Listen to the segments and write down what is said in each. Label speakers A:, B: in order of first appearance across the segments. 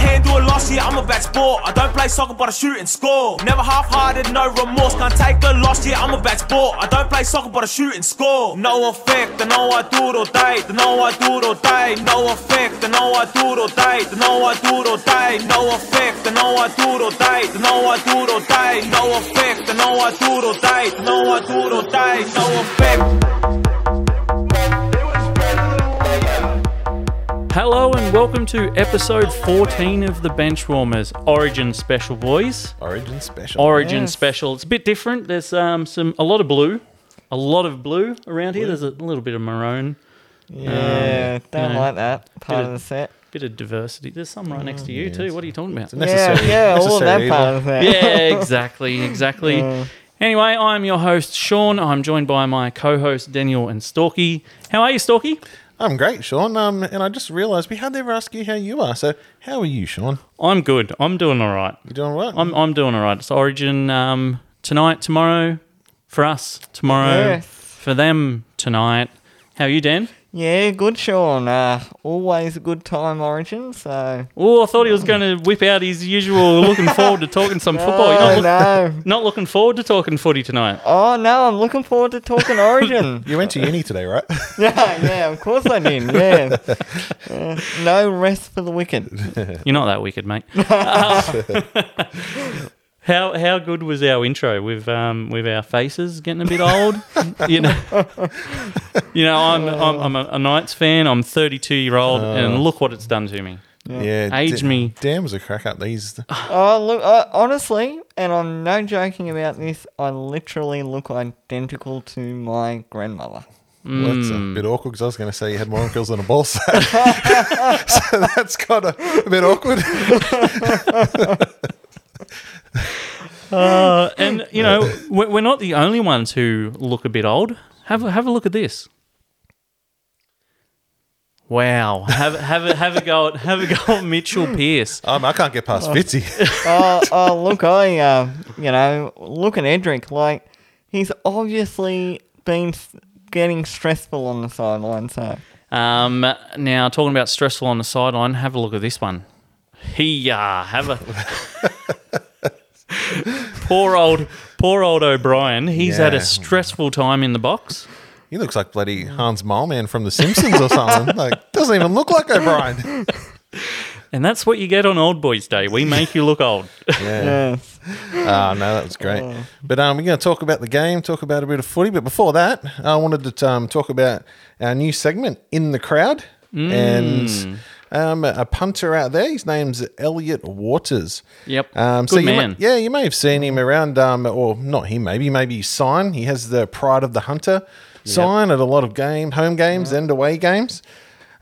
A: Last year, I'm a bad sport. I don't play soccer, but I shoot and score. Never half hearted, no remorse. Can't take a loss. Yeah, I'm a bad sport. I don't play soccer, but I shoot and score. No effect, I know I do it all day. They know I do it all day. No effect, I know I do it all day. They know I do it all day. No effect, I know I do it all day. They know I do it all day. No effect, I know I do it all day. They know I do it all day. No effect.
B: Hello and welcome to episode 14 of the Benchwarmers Origin Special, boys.
C: Origin special.
B: Origin Special. It's a bit different. There's um, some a lot of blue, a lot of blue around here. There's a little bit of maroon,
D: Yeah, don't
B: no.
D: like that
B: Bit
D: part of
B: of-
D: the set.
B: bit of diversity. There's some right next to you
C: yeah,
B: too. What are you talking about?
D: Yeah,
C: Necessary-
D: yeah, all of that
C: necessary
D: part
C: evil.
D: of that.
B: yeah, exactly, exactly. Anyway, I'm your host Sean. I'm joined by my co-host Daniel and Storky. How are you, Storky?
C: I'm great, Sean. Um, and I just realised we had never asked you how you are. So how are you, Sean?
B: I'm good. I'm doing all right.
C: You doing all right?
B: I'm I'm doing all right. It's Origin um, tonight, tomorrow for us, tomorrow
D: Yes.
B: for them tonight. How are you, Dan?
D: Yeah, good, Sean. Uh, always a good time, Origin. So
B: Oh, I thought he was going to whip out his usual looking forward to talking some football. You're not,
D: oh
B: look-
D: no,
B: not looking forward to talking footy tonight.
D: oh no, I'm looking forward to talking Origin.
C: you went to uni today, right?
D: yeah, yeah, of course I did. Yeah, Uh, no rest for the wicked.
B: You're not that wicked, mate. Uh, how how good was our intro with um with our faces getting a bit old? you know, you know, I'm I'm, I'm a, a Knights fan. I'm 32 year old,
D: Oh.
B: and look what it's done to me.
C: yeah.
B: Age me.
C: Damn was a crack up. These.
D: Oh look, uh, honestly, and I'm no joking about this. I literally look identical to my grandmother.
C: Well, that's a bit awkward because I was going to say you had more uncles than a ball sack. so that's kind of a bit awkward.
B: Uh, and you know, we're, we're not the only ones who look a bit old. Have a, have a look at this. Wow, have have a, have a go at have a go at Mitchell Pearce.
C: Um, I can't get past Fitzy.
D: oh, oh, look, I, uh, you know, look at Edric. Like, he's obviously been s- getting stressful on the sideline, so.
B: Um, now talking about stressful on the sideline, have a look at this one. He uh, have a poor old poor old O'Brien. He's had a
C: Yeah.
B: stressful time in the box.
C: he looks like bloody Hans Moleman from The Simpsons or something. Like doesn't even look like O'Brien.
B: And that's what you get on Old Boys Day. We make you look old.
C: Yeah.
D: Yes.
C: Oh, no, that was great. But um, we're going to talk about the game, talk about a bit of footy. But before that, I wanted to um, talk about our new segment, In the Crowd.
B: Mm.
C: And um, a punter out there, his name's Elliot Waters.
B: Yep.
C: Um, so
B: Good
C: you may-
B: man.
C: yeah, you may have seen him around, um, or not him, maybe, maybe his sign. He has the Pride of the Hunter sign at a lot of game, home games and away games.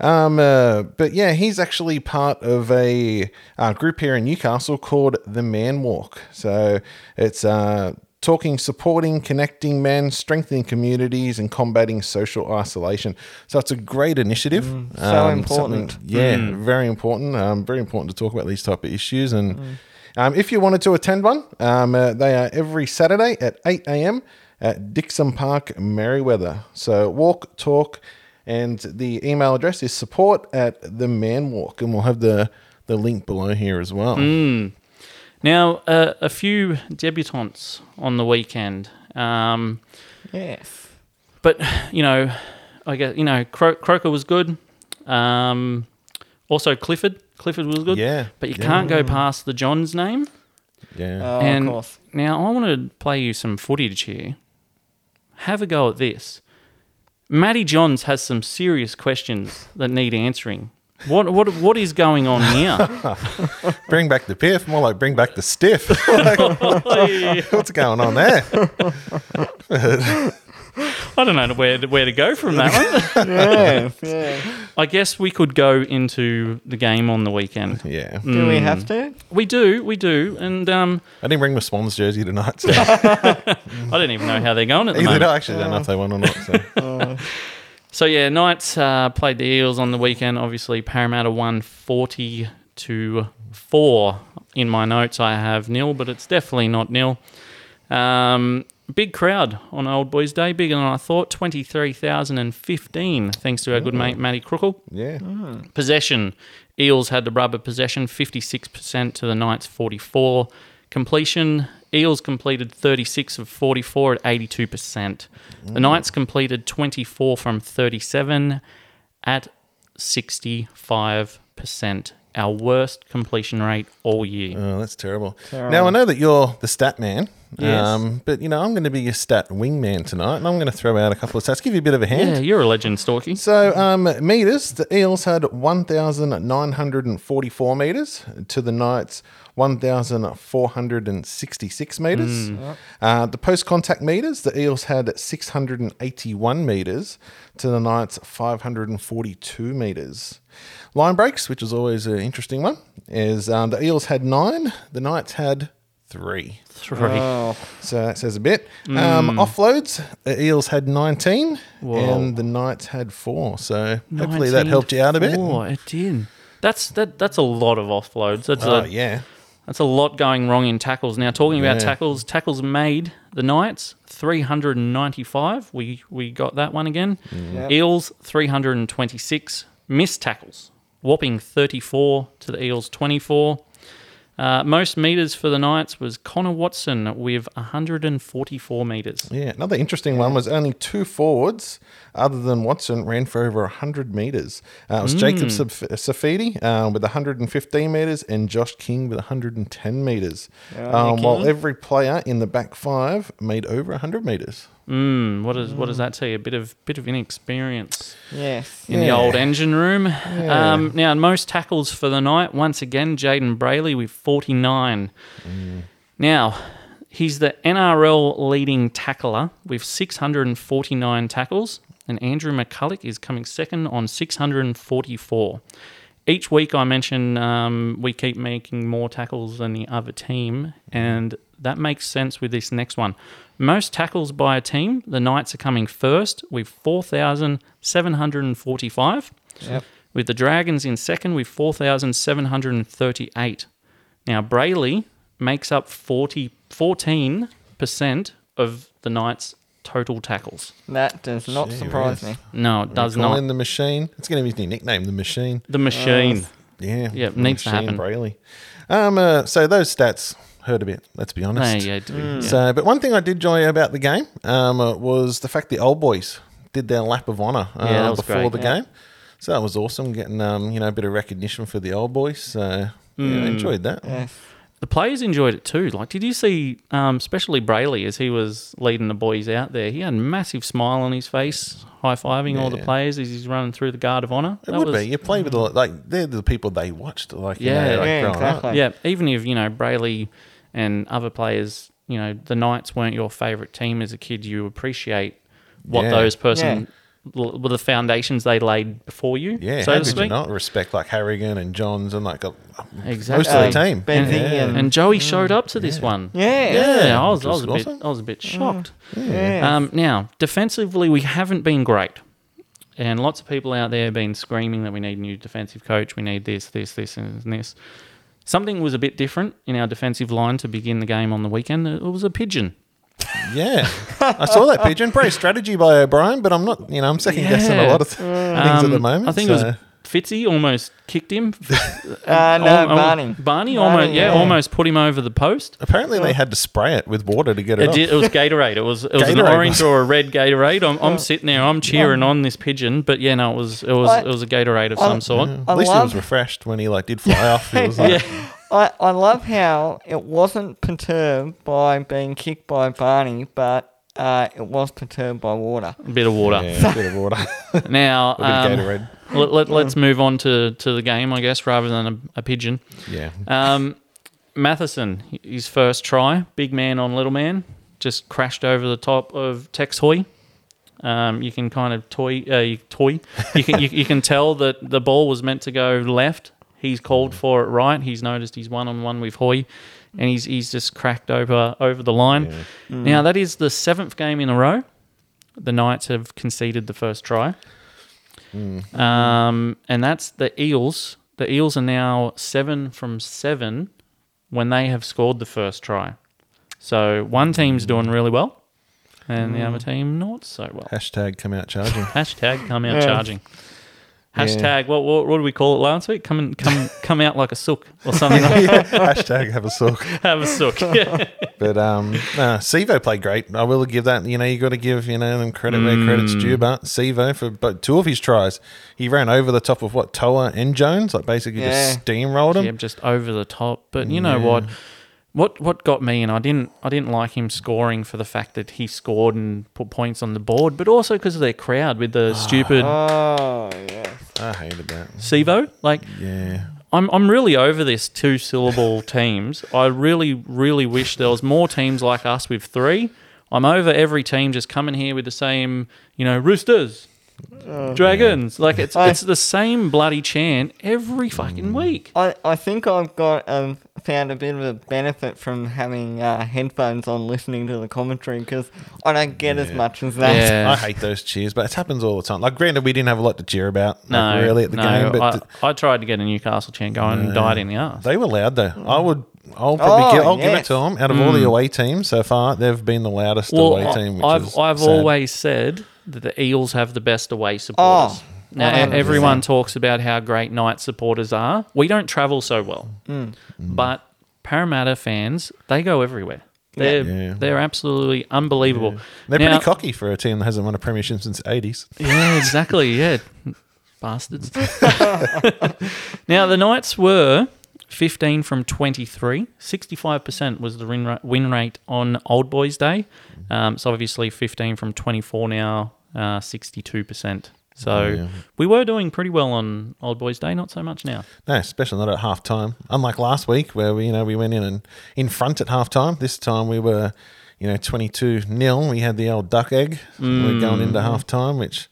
C: Um, uh, but yeah, he's actually part of a uh, group here in Newcastle called the Man Walk. So it's uh, talking, supporting, connecting men, strengthening communities, and combating social isolation. So it's a great initiative.
D: Mm, so
C: Um,
D: important.
C: something- Yeah, very important. Um, very important to talk about these type of issues. And um, if you wanted to attend one, um, uh, they are every Saturday at 8 a.m. at Dixon Park, Merriweather. So walk, talk, and the email address is support at the man walk. And we'll have the, the link below here as well.
B: Now uh, a few debutantes on the weekend. Um,
D: Yes.
B: but you know, I guess you know Cro- Croker was good. Um, also Clifford, Clifford was good.
C: Yeah,
B: but you
C: yeah.
B: can't go past the John's name.
C: Yeah.
D: Oh,
B: and
D: of course.
B: now I want to play you some footage here. Have a go at this. Matty Johns has some serious questions that need answering. What what what is going on here?
C: bring back the piff, more like bring back the stiff. Like,
B: I
C: what's going on there?
B: don't know where to, where to go from that one.
D: Yes, yeah.
B: I guess we could go into the game on the weekend.
C: Yeah.
D: Do
B: Hmm.
D: we have to?
B: We do, we do, and um,
C: I didn't bring my Swans jersey tonight. So
B: I don't even know how they're going at the
C: either
B: moment.
C: I actually don't know if they won or not. So.
B: So yeah, Knights uh, played the Eels on the weekend. Obviously, Parramatta won forty to four. In my notes, I have nil, but it's definitely not nil. Um, big crowd on Old Boys Day, bigger than I thought, 23,015, thanks to our good mate Matty Crookle.
C: Yeah.
B: Possession. Eels had the rubber possession 56% to the Knights 44. Completion. Eels completed 36 of 44 at 82%.
C: Mm.
B: The Knights completed 24 from 37 at 65%. Our worst completion rate all year.
C: Oh, that's terrible. Now I know that you're the stat man,
B: Yes.
C: um, but you know I'm going to be your stat wingman tonight, and I'm going to throw out a couple of stats, give you a bit of a hand.
B: Yeah, you're a legend, Storky.
C: So um, meters, the Eels had 1,944 meters to the Knights 1,466 meters. Uh, the post contact meters, the Eels had 681 meters to the Knights 542 meters. Line breaks, which is always an interesting one, is um, the Eels had nine, the Knights had three.
B: Three.
D: Oh,
C: So that says a bit. Um, offloads, the Eels had 19
B: Hmm. Whoa.
C: and the Knights had four. So hopefully that helped you out a bit.
B: Oh, it did. That's that. That's a lot of offloads. That's
C: Oh,
B: a
C: yeah.
B: That's a lot going wrong in tackles. Now, talking about
C: Yeah.
B: tackles, tackles made the Knights 395. We we got that one again.
C: Mm-hmm.
D: Yep.
B: Eels 326 missed tackles, whopping 34 to the Eels 24. Uh, most meters for the Knights was Connor Watson with 144 meters.
C: Yeah. Another interesting one was only two forwards, other than Watson, ran for over 100 metres. Uh, it was Jacob
B: Hmm.
C: Saf- Safidi uh, with 115 metres and Josh King with 110 metres. um, while every player in the back five made over 100 metres.
B: Mm, what is what does that tell you? A bit of bit of inexperience.
D: yes.
B: in the
C: Yeah.
B: old engine room. Um, now, most tackles for the night, once again, Jaden Brayley with 49. Now, he's the NRL leading tackler with 649 tackles, and Andrew McCulloch is coming second on 644. Each week, I mention um, we keep making more tackles than the other team, and that makes sense with this next one. Most tackles by a team, the Knights are coming first with 4,745,
D: Yep.
B: with the Dragons in second with 4,738. Now, Brayley makes up 40, 14% of the Knights' total tackles.
D: That does not surprise me.
B: No, it does
C: Call
B: not.
C: in the machine. It's going to be his new nickname, the machine.
B: the machine.
C: Yeah.
B: Yeah, it needs to
C: Shane
B: happen.
C: Brayley. Um, uh, so those stats hurt a bit, let's be honest.
B: There you do. Yeah.
C: So, but one thing I did enjoy about the game um, uh, was the fact the old boys did their lap of honour uh,
B: Yeah, that was
C: before
B: great.
C: the game. So that was awesome, getting um, you know a bit of recognition for the old boys. So yeah,
B: Hmm.
C: I enjoyed that.
D: Yes.
B: the players enjoyed it too. Like, did you see, um, especially Brayley as he was leading the boys out there? He had a massive smile on his face, high fiving all the
C: Yeah.
B: players as he's running through the guard of honor.
C: It would be you play with a lot, like they're the people they watched like you know,
B: Yeah.
C: like
D: Yeah,
C: growing up.
D: exactly.
B: Yeah, even if you know Brayley and other players, you know the Knights weren't your favorite team as a kid. You appreciate what
C: Yeah.
B: those person, l- were the foundations they laid before you.
C: Yeah,
B: so
C: how
B: to
C: could you
B: speak.
C: not respect like Harrigan and Johns and like a,
B: Exactly.
C: most of the
D: Uh,
C: team?
D: Benzie
C: Yeah.
D: and- Mm.
B: And Joey showed up to this one.
D: Yeah. Mm.
B: Yeah,
C: Yeah,
B: I was, I
C: which
B: was a
C: was
B: bit,
C: awesome.
B: I was a bit shocked.
D: Yes.
B: Um, now, defensively, we haven't been great. And lots of people out there have been screaming that we need a new defensive coach, we need this, this, this, and this. Something was a bit different in our defensive line to begin the game on the weekend. It was a pigeon.
C: Yeah, I saw that pigeon. Great strategy by O'Brien, but I'm not. You know, I'm second guessing a
B: Yeah.
D: Mm.
C: lot of th- things at the
B: Um,
C: moment.
B: I think it
C: so-
B: was Fitzy almost kicked him.
D: Uh, no,
B: Al- al-
D: Barney.
B: oh, Barney almost, yeah,
D: yeah.
B: almost put him over the post.
C: Apparently, they had to spray it with water to get it,
B: It,
C: off.
B: did, it was Gatorade. It was it was an
C: Gatorade.
B: orange or a red Gatorade. I'm,
D: Oh.
B: I'm sitting there. I'm cheering on this pigeon, but yeah, no, it was it was
D: I-
B: it was a Gatorade of some sort.
C: At
D: I
C: least he was
D: love-
C: refreshed when he like did fly off. It was like,
B: Yeah,
D: I, I love how it wasn't perturbed by being kicked by Barney, but uh, it was perturbed by water.
B: a bit of water.
C: yeah, a bit of water, a
B: Now,
C: bit of
B: um,
C: Gatorade.
B: let, let, let's move on to, to the game, I guess, rather than a, a pigeon.
C: Yeah,
B: Um, Matheson, his first try, big man on little man, just crashed over the top of Tex Hoy. Um, you can kind of toy, uh, you, toy. You can you, you can tell that the ball was meant to go left. He's called for it right. He's noticed he's one on one with Hoy, and he's he's just cracked over over the line. Now that is the seventh game in a row. The Knights have conceded the first try. Um, and that's the Eels. The Eels are now seven from seven when they have scored the first try. So one team's doing really well, and the other team not so well.
C: Hashtag come out charging.
B: Hashtag come out
D: Yeah.
B: charging. Hashtag what, what what did we call it last week? Come and come come out like a sook or something. like
C: Yeah, Hashtag have a sook.
B: Have a sook. Yeah.
C: But um, nah, Sevo played great. I will give that. You know, you got to give you know them credit where credits due. But Sevo for but two of his tries, he ran over the top of what Toa and Jones, like basically just
D: Yeah.
C: steamrolled him.
B: yeah, just over the top. But you know what? What what got me, and I didn't I didn't like him scoring for the fact that he scored and put points on the board, but also because of their crowd with the stupid
D: Oh, yeah.
C: I hated that.
B: Sivo. Like
C: Yeah,
B: I'm I'm really over this two syllable teams. I really really wish there was more teams like us with three. I'm over every team just coming here with the same, you know, roosters,
C: Uh,
B: dragons. Like it's
D: I-
B: it's the same bloody chant every
C: Mm.
B: fucking week.
D: I, I think I've got um, found a bit of a benefit from having uh, headphones on listening to the commentary because I don't get as much as that.
C: I hate those cheers, but it happens all the time. Like granted, we didn't have a lot to cheer about.
B: No,
C: like, really at the
B: no,
C: game, but
B: I,
C: th-
B: I tried to get a Newcastle chant going and died in the arse.
C: they were loud though. I would. I'll probably
D: Oh,
C: give, I'll give it
D: yes.
C: to them. Out of all the away teams so far, they've been the loudest
B: Mm. Well,
C: away
B: I-
C: team. Which
B: I've
C: is
B: I've
C: sad.
B: always said that the Eels have the best away supporters.
D: Oh,
B: now e-
D: 100%.
B: everyone talks about how great night supporters are. We don't travel so well,
C: Mm.
B: but Parramatta fans they go everywhere. They're
C: Yeah.
B: they're absolutely unbelievable.
C: They're
B: Now-
C: pretty cocky for a team that hasn't won a premiership since the eighties.
B: Yeah, exactly. Yeah, bastards. now the Knights were 15 from 23. 65% was the win, ra- win rate on Old Boys Day. Um, so obviously 15 from 24 now, uh, 62%. So we were doing pretty well on Old Boys Day, not so much now.
C: No, especially not at half time. Unlike last week where we, you know, we went in and in front at half time. This time we were, you know, twenty two 0 We had the old duck egg. We are going
B: Mm.
C: into half time, which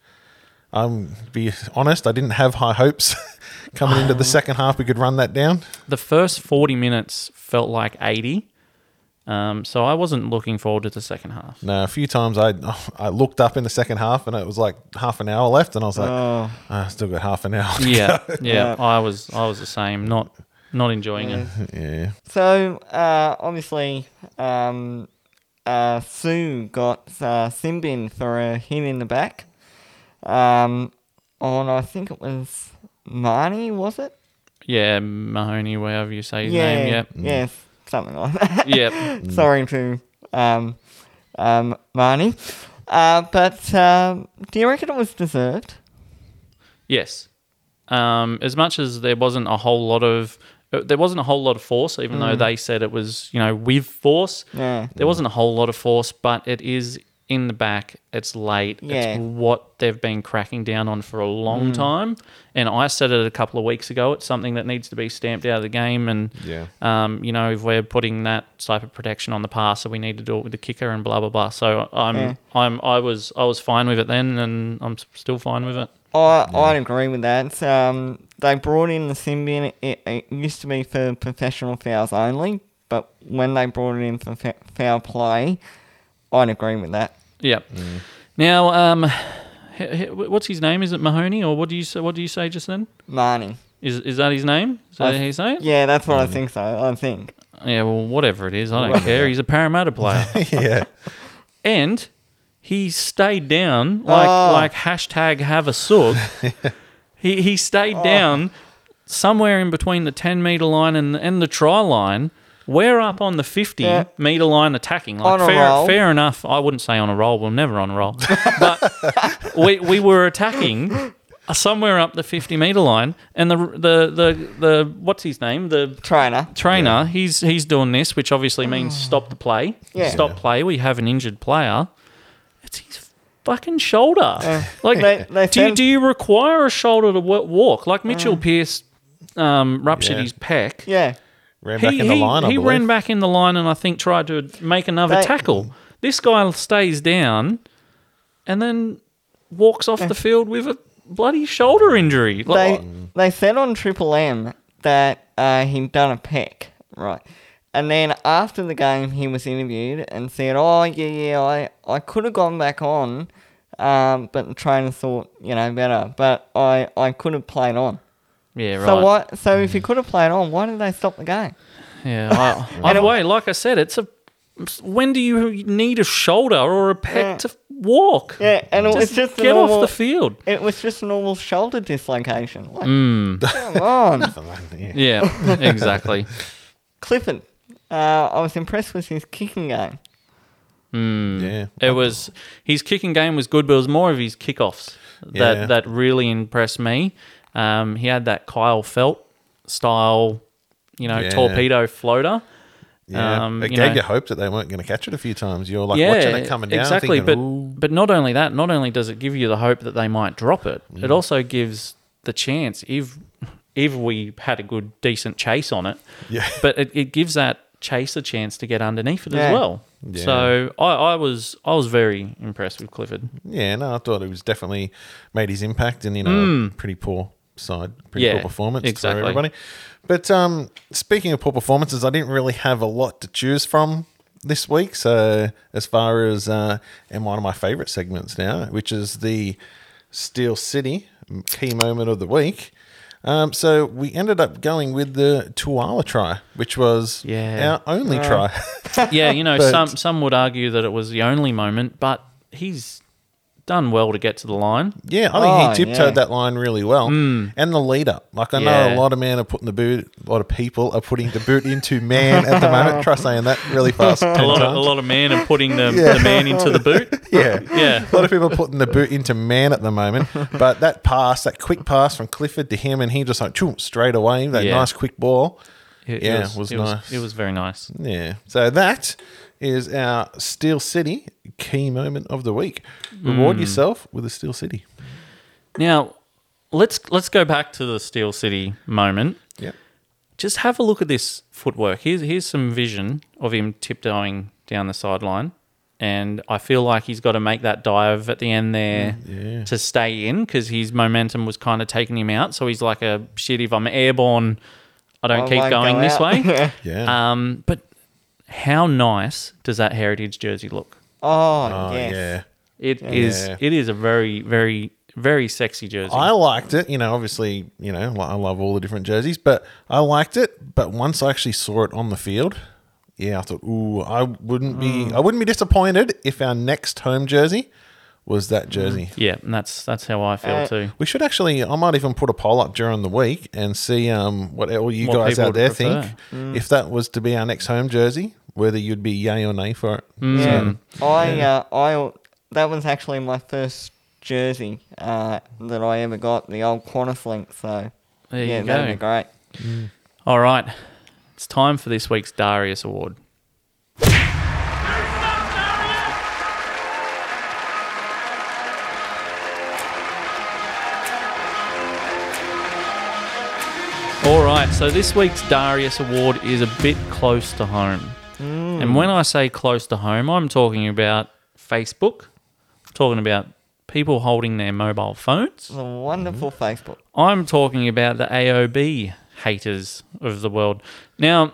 C: I'm be honest, I didn't have high hopes coming into the second half we could run that down.
B: The first 40 minutes felt like 80. Um, so I wasn't looking forward to the second half.
C: No, a few times I I looked up in the second half and it was like half an hour left and I was
B: Uh.
C: like,
D: Oh,
C: "Ah, I still got half an hour.
B: Yeah, yeah,
D: Yeah.
B: I was I was the same, not not enjoying it.
C: yeah.
D: so uh, obviously, um, uh, Sue got uh, Simbin for a hit in the back. Um, on I think it was Marnie, was it?
B: Yeah, Mahoney, whatever you say his name.
D: yeah,
B: Yep.
D: yes, something like that.
B: Yep.
D: Sorry to um, um, Marnie. Uh, but um, do you reckon it was deserved?
B: yes. Um, as much as there wasn't a whole lot of uh, there wasn't a whole lot of force, even though they said it was, you know, with force.
D: Mm. Yeah.
B: There wasn't a whole lot of force, but it is in the back. It's late.
D: Yeah. Mm.
B: It's what they've been cracking down on for a long time. And I said it a couple of weeks ago. It's something that needs to be stamped out of the game. And
C: Yeah.
B: um, you know, if we're putting that type of protection on the passer, we need to do it with the kicker and blah blah blah. So I'm
D: Yeah.
B: I'm I was I was fine with it then, and I'm s- still fine with it.
D: I I'd agree with that. Um, they brought in the Symbian. It, it used to be for professional fouls only, but when they brought it in for fa- foul play, I'd agree with that.
B: Yeah.
D: Mm.
B: Now, um, he- he- what's his name? Is it Mahoney or what do you say, what do you say just then?
D: Marnie.
B: Is is that his name? Is that
D: I-
B: how you say it?
D: Yeah, that's what I think. So I think.
B: Yeah, well, whatever it is, I don't care. He's a Parramatta player,
C: yeah.
B: and he stayed down like
D: Oh.
B: like hashtag have a sook. he he stayed
D: Oh.
B: down somewhere in between the ten meter line and and the try line. We're up on the fifty
D: Yeah.
B: meter line attacking. Like
D: On a
B: fair,
D: roll.
B: fair enough. I wouldn't say on a roll. We're never on a roll, but we we were attacking. Somewhere up the fifty meter line, and the the the the what's his name the
D: Trainer.
B: trainer, he's he's doing this, which obviously means stop the play.
D: Oh. Yeah.
B: Stop play. We have an injured player. It's his fucking shoulder. Like,
D: They- they
B: do you,
D: found- Mm.
B: do you require a shoulder to wa- walk? Like Mitchell Pearce um, ruptured
C: Yeah.
B: his pec.
D: Yeah.
C: Ran back
B: He,
C: in the
B: he-
C: line, I
B: he
C: believe.
B: ran back in the line and I think tried to make another
D: They-
B: tackle. This guy stays down and then walks off the field with a bloody shoulder injury. Like,
D: they they said on Triple M that uh, he'd done a peck, right? And then after the game, he was interviewed and said, "Oh yeah, yeah, I, I could have gone back on, um, but the trainer thought you know better, but I, I could have played on.
B: yeah, right.
D: So what? So if he could have played on, why did they stop the game?
B: Yeah, I, either way, like I said, it's a when do you need a shoulder or a pec
D: Yeah.
B: to walk?
D: Yeah, and it was just a
B: get off
D: normal-
B: the field.
D: It was just normal shoulder dislocation. Like, Come on.
C: Yeah.
B: Yeah, exactly.
D: Clifford. Uh, I was impressed with his kicking game.
B: Mm.
C: yeah.
B: It was his kicking game was good, but it was more of his kickoffs that
C: Yeah.
B: that really impressed me. Um, he had that Kyle Felt style, you know,
C: Yeah.
B: torpedo floater.
C: Yeah.
B: Um,
C: it
B: you
C: gave
B: know-
C: you hope that they weren't going to catch it a few times. You're like watching it coming down.
B: Exactly,
C: Thinking, "Ooh."
B: but but not only that, not only does it give you the hope that they might drop it,
C: Mm.
B: it also gives the chance if if we had a good decent chase on it.
C: Yeah.
B: But it, it gives that chase a chance to get underneath it
D: Yeah.
B: as well.
C: Yeah.
B: So I, I was I was very impressed with Clifford.
C: yeah, no, I thought it was definitely made his impact and, you know, pretty poor side, pretty
B: Hmm. Yeah,
C: poor performance
B: exactly.
C: for everybody. But um, speaking of poor performances, I didn't really have a lot to choose from this week. So as far as, uh, and one of my favorite segments now, which is the Steel City key moment of the week. Um, so we ended up going with the Tuala try, which was
B: Yeah. Uh,
C: our only try.
B: Yeah, you know,
C: But-
B: some some would argue that it was the only moment, but he's done well to get to the line.
C: Yeah, I
D: Oh,
C: think he tiptoed
D: yeah.
C: that line really well. And the lead up. Like, I know
B: Hmm. Yeah.
C: a lot of men are putting the boot, a lot of people are putting the boot into man at the moment. Try saying that really fast.
B: A lot of a lot of man and putting the, the man into the boot.
C: yeah.
B: Yeah.
C: A lot of people are putting the boot into man at the moment. But that pass, that quick pass from Clifford to him, and he just like, choom, straight away, that
B: Yeah.
C: nice quick ball.
B: It,
C: Yeah, it was
B: it
C: nice.
B: it was very nice.
C: Yeah. So that is our Steel City key moment of the week. Reward
B: Hmm.
C: yourself with a Steel City.
B: Now, let's let's go back to the Steel City moment.
C: Yep.
B: Just have a look at this footwork. Here's here's some vision of him tiptoeing down the sideline, and I feel like he's got to make that dive at the end there
D: Mm,
C: yeah.
B: to stay in because his momentum was kind of taking him out. So he's like a shit. If I'm airborne, I don't
D: I
B: keep
D: won't
B: going
D: go
B: this
D: out."
B: way.
C: Yeah.
B: um, but how nice does that heritage jersey look?
D: Oh,
C: oh,
D: yes.
C: yeah.
B: It is.
C: Yeah.
B: It is a very very very sexy jersey.
C: I liked it. You know, obviously, you know, I love all the different jerseys, but I liked it. But once I actually saw it on the field, yeah, I thought, ooh, I wouldn't be,
B: Mm.
C: I wouldn't be disappointed if our next home jersey was
B: Mm.
C: that jersey.
B: Yeah, and that's that's how I feel
D: Uh,
B: too.
C: We should actually, I might even put a poll up during the week and see um, what all you
B: What
C: guys
B: people
C: out
B: would
C: there
B: prefer. Mm.
C: think if that was to be our next home jersey, whether you'd be yay or nay for it.
B: Mm.
D: Yeah. I, uh, I, that was actually my first jersey uh, that I ever got, the old Qantas link. So,
B: There
D: yeah,
B: you
D: that'd
B: go.
D: be great.
B: All right, it's time for this week's Darius Award. All right, so this week's Darius Award is a bit close to home. And when I say close to home, I'm talking about Facebook, I'm talking about people holding their mobile phones.
D: It's a wonderful
B: Mm-hmm.
D: Facebook.
B: I'm talking about the AOB haters of the world. Now,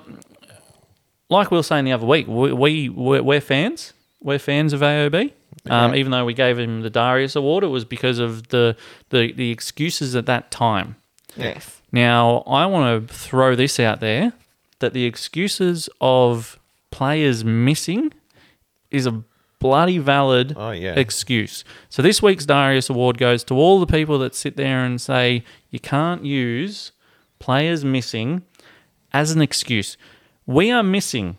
B: like we were saying the other week, we, we we're, we're fans. We're fans of AOB. Um, even though we gave him the Darius Award, it was because of the the, the excuses at that time.
D: Yes.
B: Now, I want to throw this out there that the excuses of players missing is a bloody valid
C: Oh, yeah.
B: excuse. So this week's Darius Award goes to all the people that sit there and say you can't use players missing as an excuse. We are missing.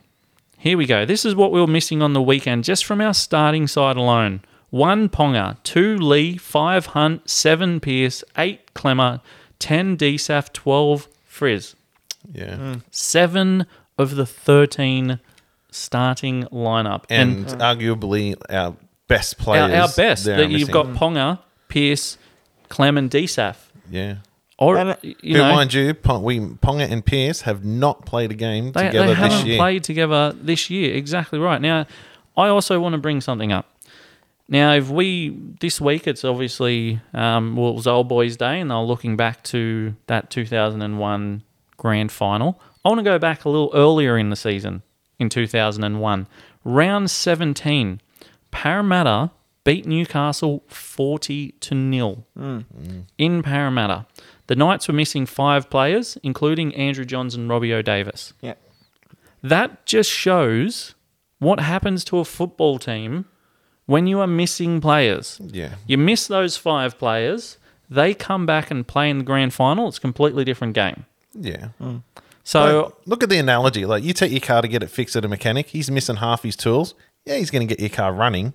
B: Here we go. This is what we were missing on the weekend just from our starting side alone. One Ponga, two Lee, five Hunt, seven Pierce, eight Clemmer, ten DSAF, twelve Frizz.
C: Yeah.
B: Mm. Seven of the thirteen starting lineup.
C: And arguably our best
B: Mm. our,
C: players.
B: our best
C: there
B: that
C: are
B: you've
C: missing.
B: got Ponga, Pierce, Clem, and DSAF.
C: Yeah.
B: Or
D: And, uh,
B: you
C: Who,
B: know,
C: mind you, Pong, we Ponga and Pierce have not played a game
B: they, they
C: together this
B: haven't
C: year.
B: played together this year. Exactly right. Now, I also want to bring something up. Now, if we this week, it's obviously um, well, it was Old Boys Day, and they're looking back to that 2001 Grand Final. I want to go back a little earlier in the season, in 2001, round 17. Parramatta beat Newcastle 40 to nil
C: Hmm.
B: in Parramatta. The Knights were missing five players, including Andrew Johns and Robbie O'Davis
D: Yep.
B: that just shows What happens to a football team when you are missing players?
C: Yeah.
B: You miss those five players, they come back and play in the grand final. It's a completely different game.
C: Yeah.
B: Mm. So
C: Like, look at the analogy. Like you take your car to get it fixed at a mechanic. He's missing half his tools. Yeah, he's going to get your car running,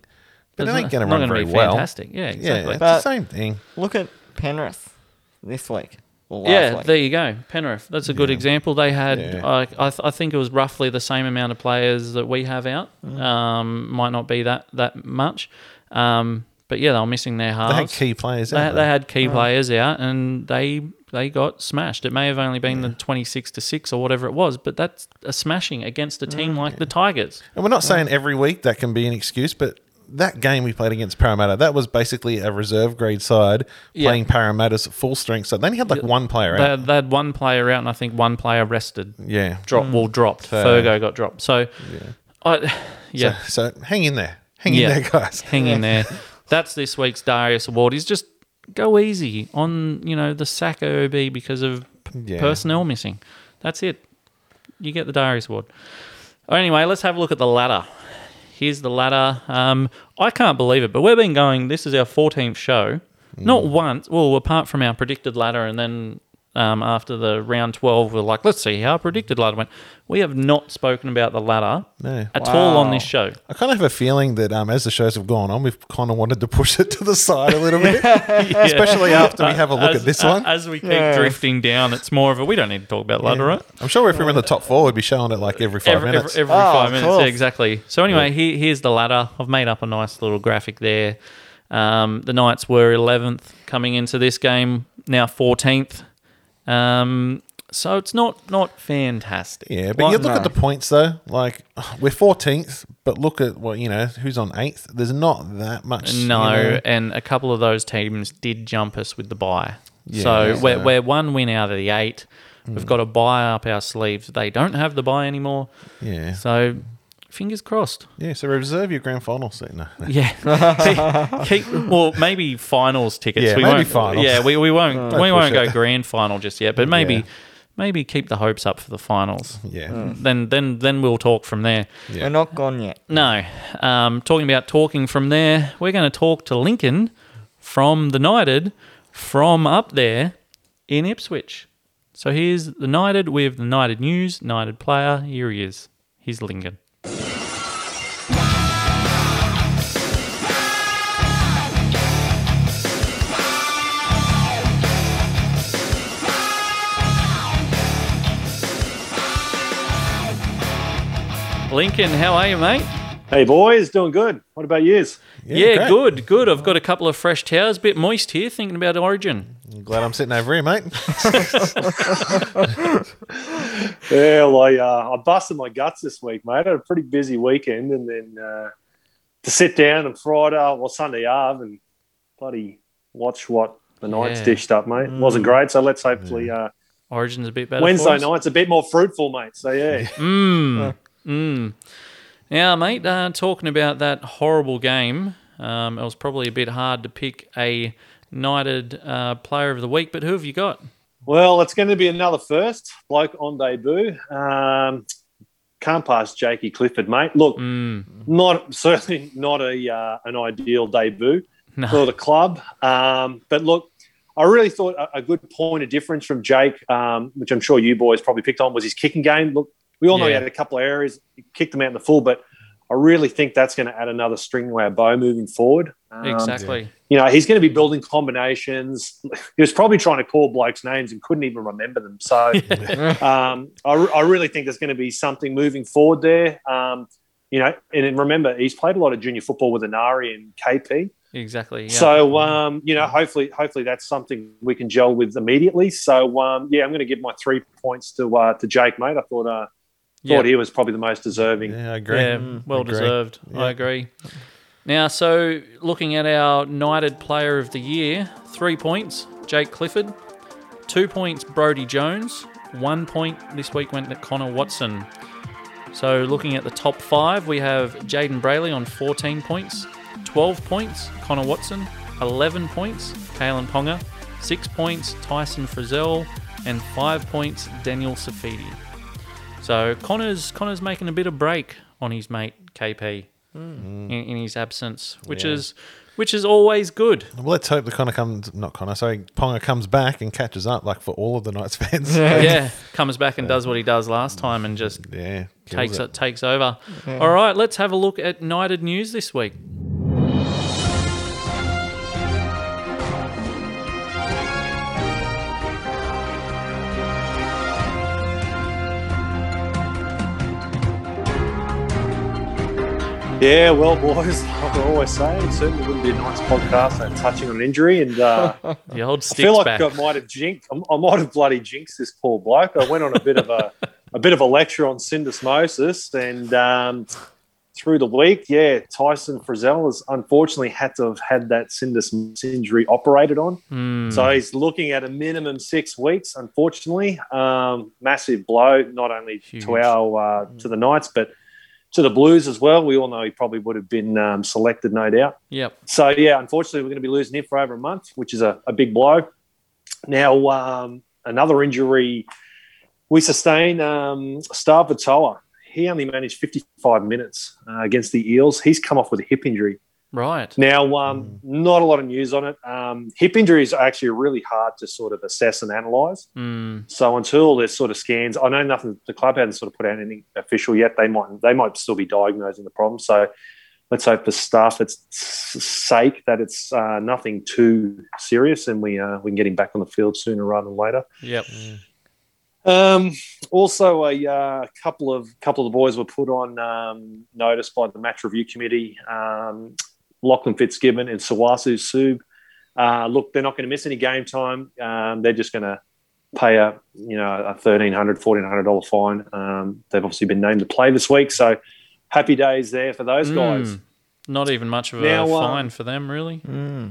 C: but it
B: it's
C: ain't
B: not-
C: going
B: not
C: to run
B: gonna
C: very
B: be
C: well.
B: Fantastic. Yeah, exactly.
C: Yeah, it's the
D: But-
C: same thing.
D: Look at Penrith this week. Well, last
B: Yeah,
D: week.
B: there you go. Penrith. That's a good example. They had,
C: Yeah.
B: I I, th- I think it was roughly the same amount of players that we have out.
C: Mm.
B: Um, might not be that that much, um, but yeah, they were missing their
C: They had
B: halves.
C: key players.
B: They,
C: out
B: they
C: there.
B: had key players out, and they they got smashed. It may have only been the twenty six to six or whatever it was, but that's a smashing against a team like the Tigers.
C: And we're not saying every week that can be an excuse, but that game we played against Parramatta, that was basically a reserve grade side
B: Yeah.
C: playing Parramatta's full strength. So they only had like one player
B: They,
C: out.
B: had- they had one player out, and I think one player rested.
C: yeah.
B: Drop well dropped. Fergo got dropped. So, I yeah.
C: So hang in there. Hang in there, guys.
B: Hang in there. That's this week's Darius Award. Is just go easy on you know the sack OB because of p-
C: Yeah.
B: personnel missing. That's it. You get the Darius Award. Anyway, let's have a look at the ladder. Here's the ladder. Um, I can't believe it, but we've been going. This is our 14th show. Not
C: Mm.
B: once. Well, apart from our predicted ladder, and then um, after the round 12, we're like, let's see how our predicted ladder went. We have not spoken about the ladder
C: No.
B: at all on
D: Wow.
B: this show.
C: I kind of have a feeling that um, as the shows have gone on, we've kind of wanted to push it to the side a little bit, especially after we have a look
B: Uh, as,
C: at this
B: a-
C: one.
B: As we keep drifting down, it's more of a we don't need to talk about ladder, right?
C: I'm sure if we were in the top four, we'd be showing it like every five
B: Every, every,
C: minutes.
B: every
D: Oh,
B: five
D: of
B: minutes,
D: course.
B: yeah, exactly. So anyway, here, here's the ladder. I've made up a nice little graphic there. Um, the Knights were 11th coming into this game, now 14th. Um, so it's not not fantastic.
C: yeah, but
B: Like-
C: you look at the points though. Like we're 14th, but look at well, you know, who's on eighth. There's not that much. you
B: No,
C: know.
B: and a couple of those teams did jump us with the buy.
C: Yeah, Mm.
B: so
C: so-
B: We're, we're one win out of the eight. We've got a buy up our sleeves. They don't have the buy anymore.
C: Yeah.
B: So fingers crossed.
C: Yeah, so reserve your grand final seat. No, no.
B: Yeah. Keep, well, maybe finals tickets.
C: Yeah,
B: we
C: maybe
B: won't,
C: finals.
B: Yeah, we, we won't we
C: push
B: won't go
C: it.
B: grand final just yet, but maybe
C: Yeah.
B: maybe keep the hopes up for the finals.
C: Yeah.
B: Then then then we'll talk from there.
C: Yeah.
D: We're not gone yet.
B: No. Um, talking about talking from there, we're going to talk to Lincoln from the Knighted from up there in Ipswich. So here's the Knighted with the Knighted News, Knighted player. Here he is. He's Lincoln. Lincoln, how are you, mate?
E: Hey boys, doing good. What about yous?
B: Yeah,
C: great.
B: good, good. I've got a couple of fresh towers, bit moist here, thinking about Origin.
C: I'm glad I'm sitting over here, mate.
E: Yeah, well, I, uh, I busted my guts this week, mate. I had a pretty busy weekend, and then uh, to sit down on Friday or Sunday Ave and bloody watch what the Knights
B: Yeah.
E: dished up, mate. Wasn't great. So let's hopefully uh,
B: Origin's a bit better. for
E: Wednesday
B: us.
E: night's a bit more fruitful, mate. So yeah,
B: Mm. Mm. Now, mate, uh, talking about that horrible game, um, it was probably a bit hard to pick a knighted uh, player of the week, but who have you got?
E: Well, it's going to be another first, bloke on debut. Um, can't pass Jakey Clifford, mate. Look,
B: Mm.
E: not certainly not a uh, an ideal debut
B: No.
E: for the club, um, but look, I really thought a, a good point of difference from Jake, um, which I'm sure you boys probably picked on, was his kicking game. Look, we all know he
B: Yeah.
E: had a couple of areas, he kicked them out in the full, but I really think that's going to add another string to our bow moving forward. Um,
B: Exactly.
E: you know, he's going to be building combinations. He was probably trying to call blokes names and couldn't even remember them. So um, I, I really think there's going to be something moving forward there. Um, you know, and then remember, he's played a lot of junior football with Anari and KP.
B: Exactly. Yeah.
E: So, um, you know, hopefully, hopefully that's something we can gel with immediately. So, um, yeah, I'm going to give my three points to uh, to Jake, mate. I thought uh,
B: yeah.
E: thought he was probably the most deserving.
C: Yeah, I agree.
B: Yeah, well
C: Mm, agree.
B: deserved. I agree. Now, so looking at our knighted player of the year, three points, Jake Clifford, two points, Brody Jones, one point this week went to Connor Watson. So looking at the top five, we have Jaden Brayley on 14 points, 12 points, Connor Watson, 11 points, Kalen Ponga, six points, Tyson Frizzell, and five points, Daniel Safidi. So Connor's Connor's making a bit of break on his mate KP in, in his absence, which is which is always good.
C: Well, let's hope the Connor comes, not Connor, sorry, Ponga comes back and catches up like for all of the Knights fans.
B: yeah, comes back and does what he does last time and just
C: yeah. kills
B: takes it. takes over. All right, let's have a look at Knighted news this week.
E: Yeah, well, boys, like I always say, it certainly wouldn't be a nice podcast without touching on an injury. And uh, I
B: The old sticks
E: feel like
B: back.
E: I might have jinxed, I might have bloody jinxed this poor bloke. I went on a bit of a, a bit of a lecture on syndesmosis, and um, through the week, yeah, Tyson Frizzell has unfortunately had to have had that syndesmosis injury operated on.
B: Hmm.
E: So he's looking at a minimum six weeks. Unfortunately, um, massive blow not only
B: Huge. Hmm.
E: to our uh, to the Knights, but to the Blues as well. We all know he probably would have been um, selected, no doubt.
B: yep.
E: So yeah, unfortunately, we're going to be losing him for over a month, which is a, a big blow. Now um, another injury we sustain. Um, Star Vitola. He only managed 55 minutes uh, against the Eels. He's come off with a hip injury.
B: Right.
E: Now, um, not a lot of news on it. Um, hip injuries are actually really hard to sort of assess and analyse.
B: Hmm.
E: So until there's sort of scans, I know nothing. The club hasn't sort of put out anything official yet. They might they might still be diagnosing the problem. So let's hope for Stafford's sake that it's uh, nothing too serious, and we uh, we can get him back on the field sooner rather than later.
B: Yep. Hmm.
E: Um, also, a uh, couple of couple of the boys were put on um, notice by the match review committee. Um, Lachlan Fitzgibbon and Sawasu Sub. Uh, look, they're not going to miss any game time. Um, they're just going to pay a you know a thirteen hundred, fourteen hundred dollar fine. Um, they've obviously been named to play this week, so happy days there for those guys.
B: Hmm. Not even much of a
E: Now, uh,
B: fine for them, really.
E: Nah,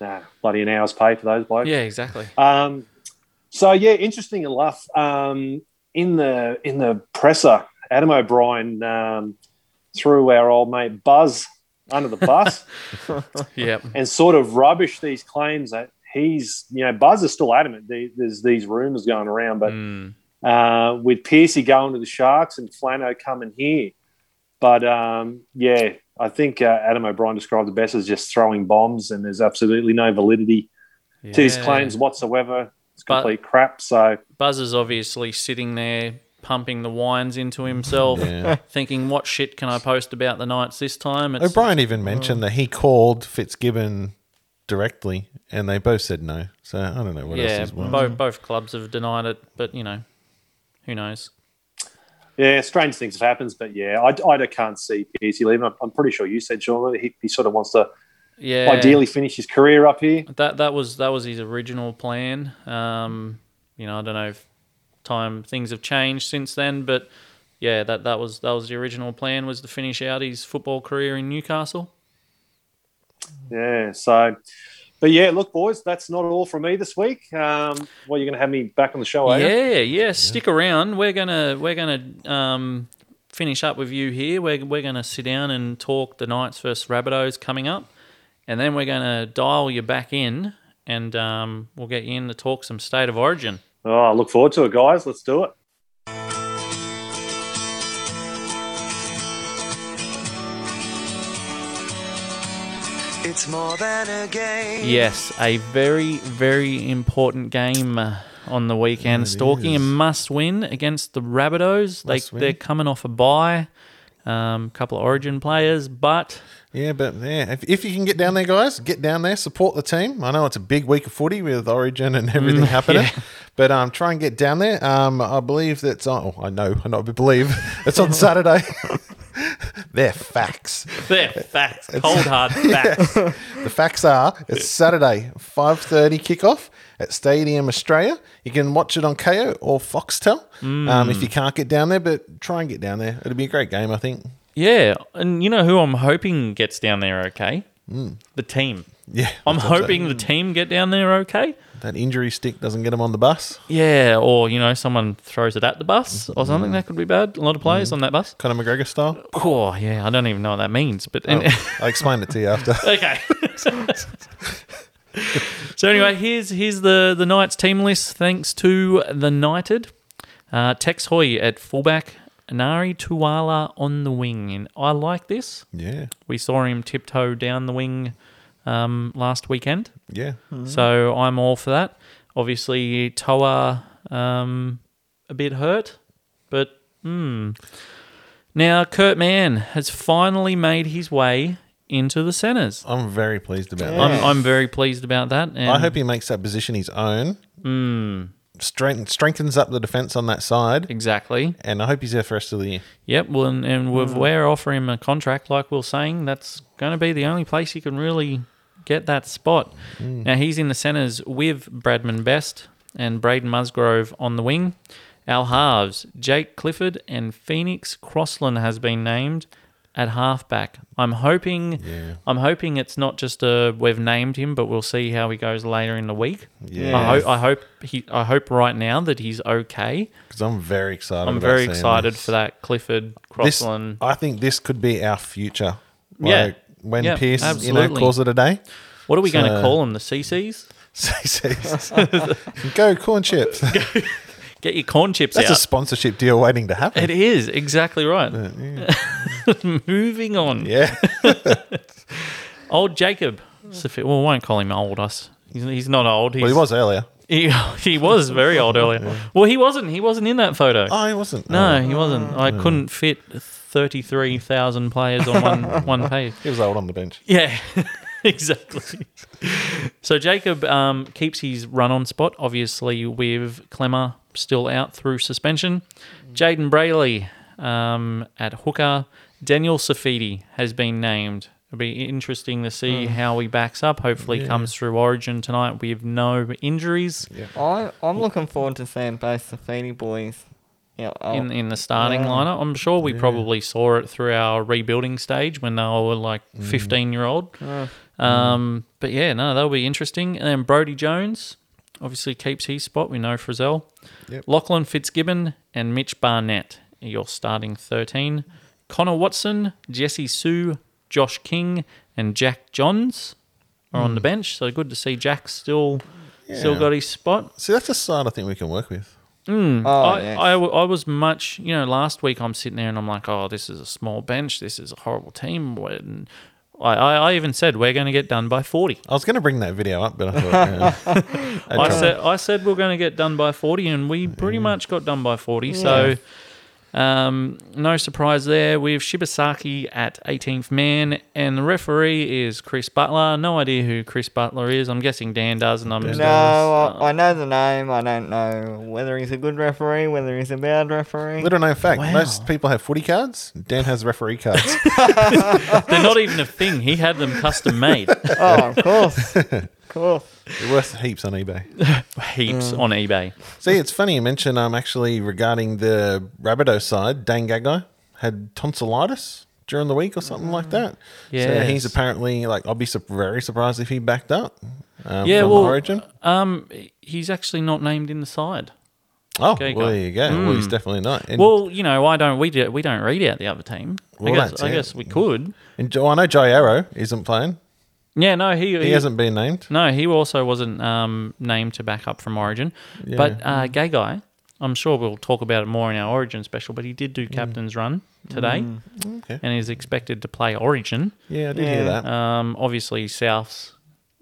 E: nah, bloody an hour's pay for those blokes.
B: Yeah, exactly.
E: Um, so yeah, interesting enough. Um, in the in the presser, Adam O'Brien um, threw our old mate Buzz under the bus
B: Yep.
E: and sort of rubbish these claims that he's you know Buzz is still adamant. The- There's these rumours going around, but
B: Hmm.
E: uh, with Piercy going to the Sharks and Flano coming here. But um, yeah, I think uh, Adam O'Brien described the best as just throwing bombs, and there's absolutely no validity to his
B: Yeah.
E: claims whatsoever. It's
B: But-
E: complete crap. So
B: Buzz is obviously sitting there pumping the wines into himself,
C: Yeah.
B: thinking, "What shit can I post about the Knights this time?" It's,
C: O'Brien even mentioned that he called Fitzgibbon directly, and they both said no. So I don't know what
B: yeah,
C: else is well.
B: both both clubs have denied it, but you know, who knows?
E: yeah, strange things have happened. But yeah, I, I can't see Piercy leaving. I'm, I'm pretty sure you said Sean that he, he sort of wants to
B: Yeah,
E: ideally finish his career up here.
B: that that was that was his original plan. Um, you know, I don't know if time things have changed since then, but yeah, that, that was that was the original plan was to finish out his football career in Newcastle.
E: Yeah. So, but yeah, look, boys, that's not all from me this week. Um, well, you're going to have me back on the show, eh? are you?
B: Yeah, yeah. Stick around. We're gonna we're gonna um, finish up with you here. We're we're gonna sit down and talk the Knights versus Rabbitohs coming up, and then we're gonna dial you back in, and um, we'll get you in to talk some state of origin.
E: Oh, I look forward to it, guys. Let's do it.
F: It's more than a game.
B: Yes, a very very important game. uh, On the weekend, stalking a
C: is.
B: must win against the Rabbitohs. They,
C: Must win.
B: they're coming off a bye, a um, couple of Origin players, but
C: Yeah, but yeah, if, if you can get down there, guys, get down there, support the team. I know it's a big week of footy with Origin and everything
B: Mm,
C: happening, but um, try and get down there. Um, I believe that's on. Oh, I know, I not believe it's on Saturday. They're facts.
B: they're facts, cold hard facts.
C: The facts are it's Saturday, five thirty kickoff at Stadium Australia. You can watch it on KO or Foxtel um,
B: Mm.
C: if you can't get down there, but try and get down there. It'll be a great game, I think.
B: Yeah, and you know who I'm hoping gets down there okay? The team.
C: Yeah,
B: I'm
C: that's what
B: hoping the team get down there okay.
C: that, that injury stick doesn't get them on the bus.
B: Yeah, or you know someone throws it at the bus or something. That could be bad. A lot of players on that bus.
C: Conor McGregor style.
B: Oh yeah, I don't even know what that means, but and-
C: I'll explain it to you after.
B: okay. so anyway, here's here's the the Knights team list. Thanks to the Knighted, uh, Tex Hoy at fullback, Nari Tuala on the wing. And I like this.
C: Yeah.
B: We saw him tiptoe down the wing um, last weekend.
C: Yeah.
B: So I'm all for that. Obviously, Toa um, a bit hurt, but hmm. Now, Kurt Mann has finally made his way into the centres.
C: I'm very pleased about that.
B: I'm, I'm very pleased about that. And
C: I hope he makes that position his own.
B: Mm.
C: Strength, strengthens up the defense on that side,
B: exactly.
C: and I hope he's there for the rest of the year.
B: Yep. Well, and, and we've, we're offering him a contract, like we are saying. That's going to be the only place he can really get that spot. Now, he's in the centres with Bradman Best and Braden Musgrove on the wing. Our halves, Jake Clifford and Phoenix Crossland has been named at halfback. I'm hoping I'm hoping it's not just a we've named him, but we'll see how he goes later in the week.
C: Yeah.
B: I, ho- I hope he I hope right now that he's okay.
C: Because I'm very excited.
B: I'm
C: about
B: very
C: seeing
B: excited
C: this.
B: for that Clifford
C: This,
B: Crossland.
C: I think this could be our future.
B: Yeah.
C: When
B: Yeah,
C: Pierce, you know,
B: absolutely.
C: calls it a day.
B: what are we going to
C: uh,
B: call them? The CCs?
C: Go corn chips.
B: Get your corn chips
C: That's a
B: out.
C: sponsorship deal waiting to happen.
B: it is exactly right. Moving on.
C: Yeah.
B: Old Jacob. Safi- Well, we won't call him old. Us. He's, he's not old. He's,
C: Well, he was earlier.
B: He, he was very old earlier. Well, he wasn't. He wasn't in that photo.
C: Oh, he wasn't.
B: no,
C: Oh,
B: he wasn't. I couldn't fit thirty-three thousand players on one one page.
C: he was old on the bench.
B: Yeah, exactly. so Jacob um, keeps his run on spot, obviously, with Clemmer still out through suspension. Jaden Brayley um, at hooker. Daniel Safidi has been named. It'll be interesting to see how he backs up. Hopefully, comes through Origin tonight with no injuries
D: I, I'm looking forward to seeing both the Feeny boys. Yeah, oh, I'll-
C: Oh,
B: in, in the starting lineup. I'm sure we probably saw it through our rebuilding stage when they were like
C: Mm.
B: 15 year old.
C: Ah,
B: Um, but yeah, no, that'll be interesting. And then Brody Jones obviously keeps his spot. We know Frizzell.
C: Yep.
B: Lachlan Fitzgibbon and Mitch Barnett. You're starting 13. Connor Watson, Jesse Sue, Josh King, and Jack Johns are on the bench. So good to see Jack still still
C: Mm. Yeah.
B: got his spot.
C: See, that's a side I think we can work with.
D: oh,
B: I,
D: yes.
B: I w- I was much, you know, last week I'm sitting there and I'm like, oh, this is a small bench. This is a horrible team. And I, I, I even said, we're going to get done by 40.
C: I was going to bring that video up, but I thought, yeah, had
B: I
C: trouble.
B: said, I said we're going to get done by 40, and we pretty much got done by 40. So, um, no surprise there. We have Shibasaki at 18th man, and the referee is Chris Butler. No idea who Chris Butler is. I'm guessing Dan does, and I'm just
D: no, I, I know the name. I don't know whether he's a good referee, whether he's a bad referee.
C: Little known fact:
B: Wow.
C: most people have footy cards. Dan has referee cards.
B: they're not even a thing. He had them custom made.
D: Oh, of course. of course.
C: They're worth heaps on eBay.
B: Heaps on eBay.
C: See, it's funny you mention um actually regarding the Rabbitoh side, Dan Gagai had tonsillitis during the week or something like that.
B: Mm. Yes.
C: So he's apparently like I'll be su- very surprised if he backed up. Um,
B: Yeah,
C: from
B: well,
C: Origin.
B: Um, he's actually not named in the side.
C: Oh,
B: Gagai. Mm.
C: well, there you go. Well, he's definitely not. And,
B: Well, you know, I don't. We do, we don't read out the other team.
C: Well,
B: I guess,
C: that's
B: I
C: it.
B: guess we could.
C: and Jo- I know Jai Arrow isn't playing.
B: Yeah, no, he
C: He hasn't been named.
B: No, he also wasn't um, named to back up from Origin. But
C: Mm.
B: uh, Gay Guy, I'm sure we'll talk about it more in our Origin special, but he did do captain's run today
C: Mm. Okay.
B: and is expected to play Origin.
C: Yeah, I did hear that.
B: Um, obviously, Souths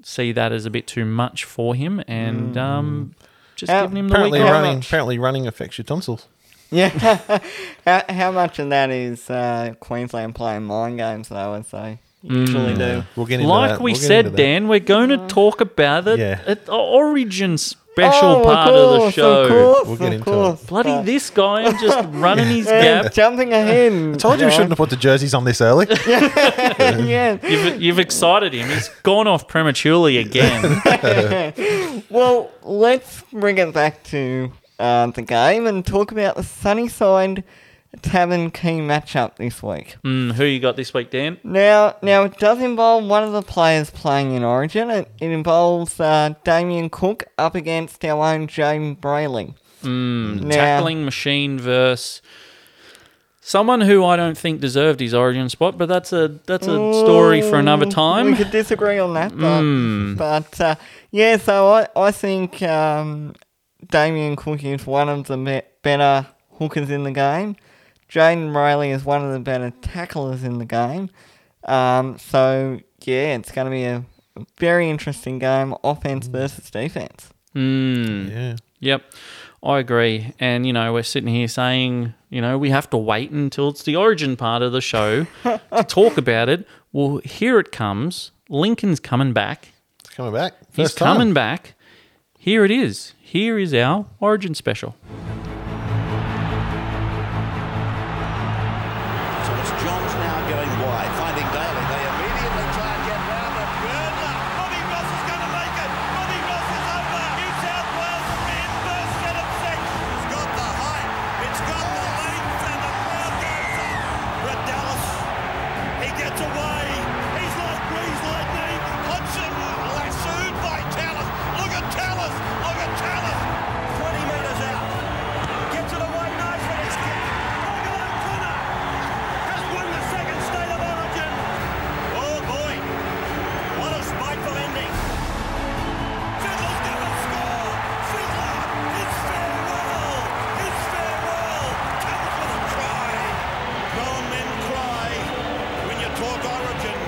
B: see that as a bit too much for him and um, just
D: Uh,
B: giving him the
C: Mm. apparently,
B: week.
D: how
C: running
D: much?
C: apparently running affects your tonsils.
D: Yeah. how, how much of that is uh, Queensland playing mind games, though, I would say? Usually do.
C: We'll get into
B: Like
C: that.
B: we
C: We'll get into
B: said,
C: that.
B: Dan, we're going to talk about it
C: Yeah.
B: at the Origin special
D: Oh,
B: part Oh, of, the show.
C: We'll get into it.
B: Bloody this guy, I'm just running his gap.
D: Jumping ahead. I
C: Told you we shouldn't have put the jerseys on this early.
D: yeah.
B: You've, you've excited him. He's gone off prematurely again.
D: Well, let's bring it back to uh, the game and talk about the Sunnyside Tavern key matchup this week.
C: Hmm.
B: Mm, who you got this week, Dan?
D: Now, now it does involve one of the players playing in Origin. It, it involves uh, Damien Cook up against our own James Brayley.
C: Hmm,
D: Mm,
B: Tackling machine versus someone who I don't think deserved his origin spot, but that's a that's a story for another
D: Mm, We
B: time. Mm.
D: could disagree on that, but, but uh, yeah, so I, I think um, Damien Cook is one of the me- better hookers in the game. Jaden Riley is one of the better tacklers in the game. Um, so, yeah, it's going to be a very interesting game, offense versus defense.
B: Mm.
C: Yeah.
B: Yep. I agree. And, you know, we're sitting here saying, you know, we have to wait until it's the origin part of the show to talk about it. Well, here it comes. Lincoln's coming back.
C: It's coming back.
B: He's
C: First time.
B: coming back. Here it is. Here is our origin special.
G: So it's Johns now going wide, finding Daly. They immediately try and get round to Burnley. Monty Ross is going to make it. Monty Ross is over. New South Wales are in. First set of six. It's got the height. It's got the length. And the crowd goes up. Brett Dallas. He gets away. He's like breeze lightning. Hudson lassoed by Tallis. Look at Tallis. Look at Tallis. 20 metres out. Gets it away nicely. It's kicked. Morgan O'Connor has won the second state of origin. Oh boy, what a spiteful ending. Fiddler's gonna score. Fiddler, his farewell, his farewell comes with a cry. Grown men cry when you talk origin.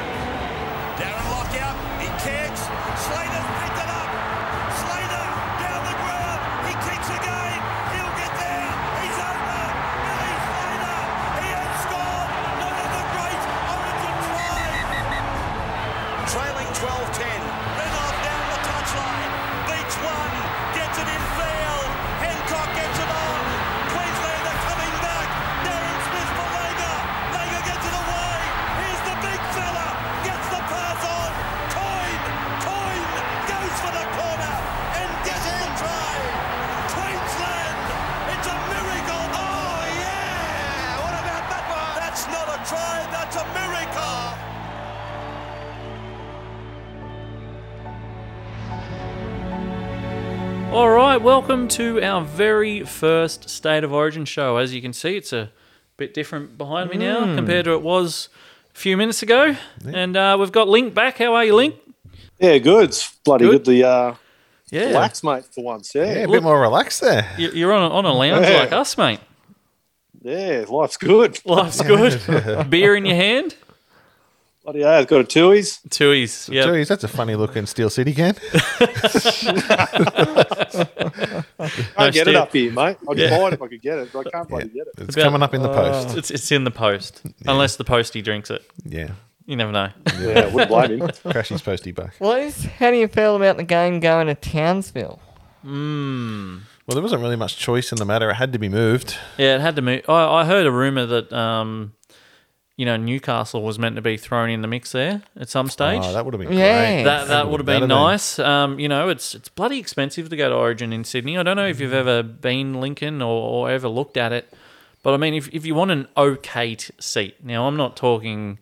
G: Darren Lockout, he kicks. Slater's picked it up. Slater down the ground. He kicks again. He'll get there. He's over. Billy Slater. He has scored one of the great Origin tries. Trailing 12-10. Renoff down the touchline. Beats one. Gets it in field. Hancock gets it on. Queensland are coming back. Darren Smith for Lager. Lager gets it away. Here's the big fella. Gets the pass on. Coin. Coin goes for the corner and gets the try. Queensland. It's a miracle. Oh yeah. What about that one? That's not a try. That's a miracle.
B: All right, welcome to our very first State of Origin show. As you can see, it's a bit different behind me
C: Hmm.
B: now compared to it was a few minutes ago. And uh, we've got Link back. How are you, Link?
E: Yeah, good. It's bloody
B: Good.
E: good. The uh,
B: Yeah,
E: lax mate for once.
C: Yeah,
E: Yeah.
C: a
B: Look-
C: bit more relaxed there.
B: You- you're on a, on a lounge like us, mate.
E: yeah, life's good.
B: Life's good. Beer in your hand.
E: Bloody yeah, I've got a twoies.
B: Tui's. Yeah.
C: Jeez, that's a funny looking Steel City can.
E: I get
B: Steve.
E: it up here, mate. I'd buy it if I could get it, but I can't bloody get it.
C: It's coming up in the post.
B: It's, it's in the post, unless the postie drinks it.
C: Yeah.
B: You never know.
E: Yeah, I wouldn't blame him.
C: Crashy's posty back.
D: Liz, how do you feel about the game going to Townsville?
C: Well, there wasn't really much choice in the matter. It had to be moved.
B: Yeah, it had to move. I, I heard a rumor that um, you know Newcastle was meant to be thrown in the mix there at some stage.
C: Oh, that would have been
D: Yeah.
C: great.
B: that that would have been
C: That'd have been-
B: nice. Um, you know, it's it's bloody expensive to go to Origin in Sydney. I don't know if you've ever been Lincoln or, or ever looked at it, but I mean, if if you want an okay t- seat, now I'm not talking,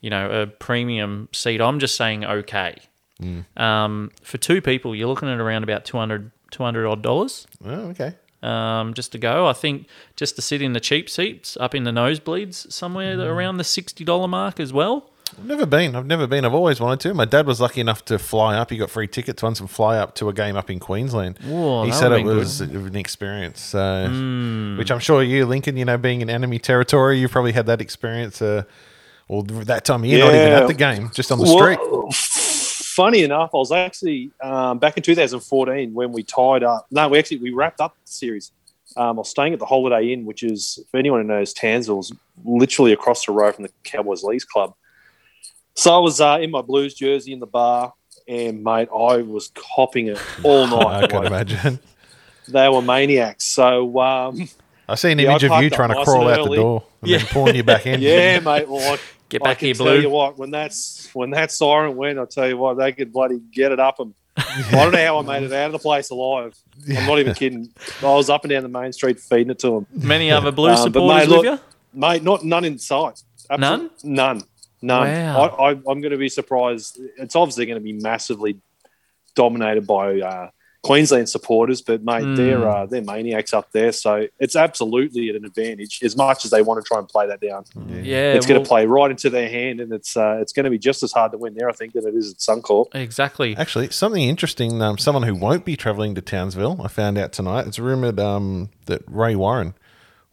B: you know, a premium seat. I'm just saying okay.
C: Mm.
B: Um, for two people, you're looking at around about 200 200 odd dollars
C: Oh, okay.
B: um, just to go. I think just to sit in the cheap seats up in the nosebleeds somewhere
C: Mm.
B: around the sixty dollar mark as well.
C: I've never been. I've never been. I've always wanted to. My dad was lucky enough to fly up. He got free tickets on some fly up to a game up in Queensland.
B: Whoa,
C: he
B: that
C: said
B: would've
C: it
B: been Mm.
C: was an experience. So, which I'm sure you, Lincoln, you know, being in enemy territory, you probably had that experience. Uh, or that time of year, not even
E: Yeah.
C: at the game, just on the
E: Well,
C: street.
E: Funny enough, I was actually um, back in 2014 when we tied up. No, we actually we wrapped up the series. Um, I was staying at the Holiday Inn, which is, if anyone knows Townsville's, literally across the road from the Cowboys Leagues Club. So I was uh, in my Blues jersey in the bar, and mate, I was copping it all night.
C: I can
E: Like,
C: imagine.
E: they were maniacs. So um,
C: I see an
E: Yeah, I
C: image of you
E: parked up
C: trying to
E: nice
C: crawl
E: and
C: out the
E: early.
C: door and then pulling you back in.
E: yeah, mate. Well, I,
B: Get
E: I
B: back
E: can
B: here,
E: tell
B: blue.
E: you what, when that's when that siren went, I tell you what, they could bloody get it up and I don't know how I made it out of the place alive. I'm not even kidding. I was up and down the main street feeding it to them,
B: Many other blue
E: Um, but
B: supporters
E: mate,
B: with
E: look-
B: you.
E: mate. Not none in sight. Absolute- None. None.
B: Wow.
E: I, I, I'm going to be surprised. It's obviously going to be massively dominated by uh, Queensland supporters, but mate,
B: Hmm.
E: they're uh, they're maniacs up there. So it's absolutely at an advantage as much as they want to try and play that down
B: Yeah,
E: it's going
B: well,
E: to play right into their hand, and it's uh, it's going to be just as hard to win there, I think, than it is at Suncorp.
B: Exactly.
C: Actually, something interesting. Um, someone who won't be traveling to Townsville, I found out tonight. It's rumored um, that Ray Warren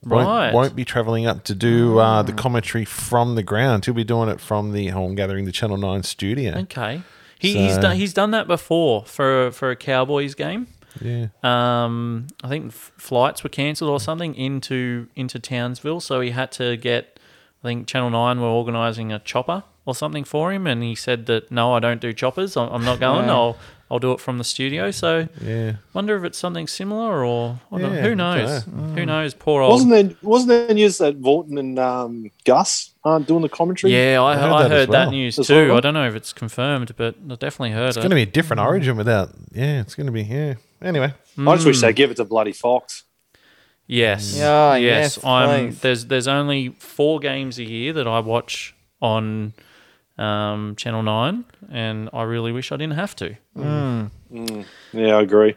C: Won't,
B: Right.
C: won't be travelling up to do uh, the commentary from the ground. He'll be doing it from the home gathering, the Channel Nine studio.
B: Okay. He, he's done he's done that before for for a Cowboys game.
C: Yeah.
B: Um, I think f- flights were cancelled or something into into Townsville, so he had to get. I think Channel Nine were organising a chopper or something for him, and he said that no, I don't do choppers. I'm, I'm not going. I'll I'll do it from the studio. So
C: Yeah.
B: wonder if it's something similar or I don't-
C: Yeah,
B: who
C: I
B: knows?
C: dunno.
B: Who knows? Poor old.
E: Wasn't there wasn't there news that Vaughton and um, Gus aren't doing the commentary?
B: yeah, I, I heard,
C: heard
B: that,
C: that as well.
B: news
E: As
B: too.
E: well.
B: I don't know if it's confirmed, but I definitely heard
C: It's
B: it.
C: going to be a different origin without. Yeah, it's going to be. Yeah. Anyway.
E: I just
B: hmm.
E: wish they give it to bloody Fox.
B: Yes.
E: Mm.
D: Yeah,
B: yes.
D: yes,
B: I'm
D: please.
B: there's there's only four games a year that I watch on um, Channel Nine, and I really wish I didn't have to.
E: Yeah, I agree.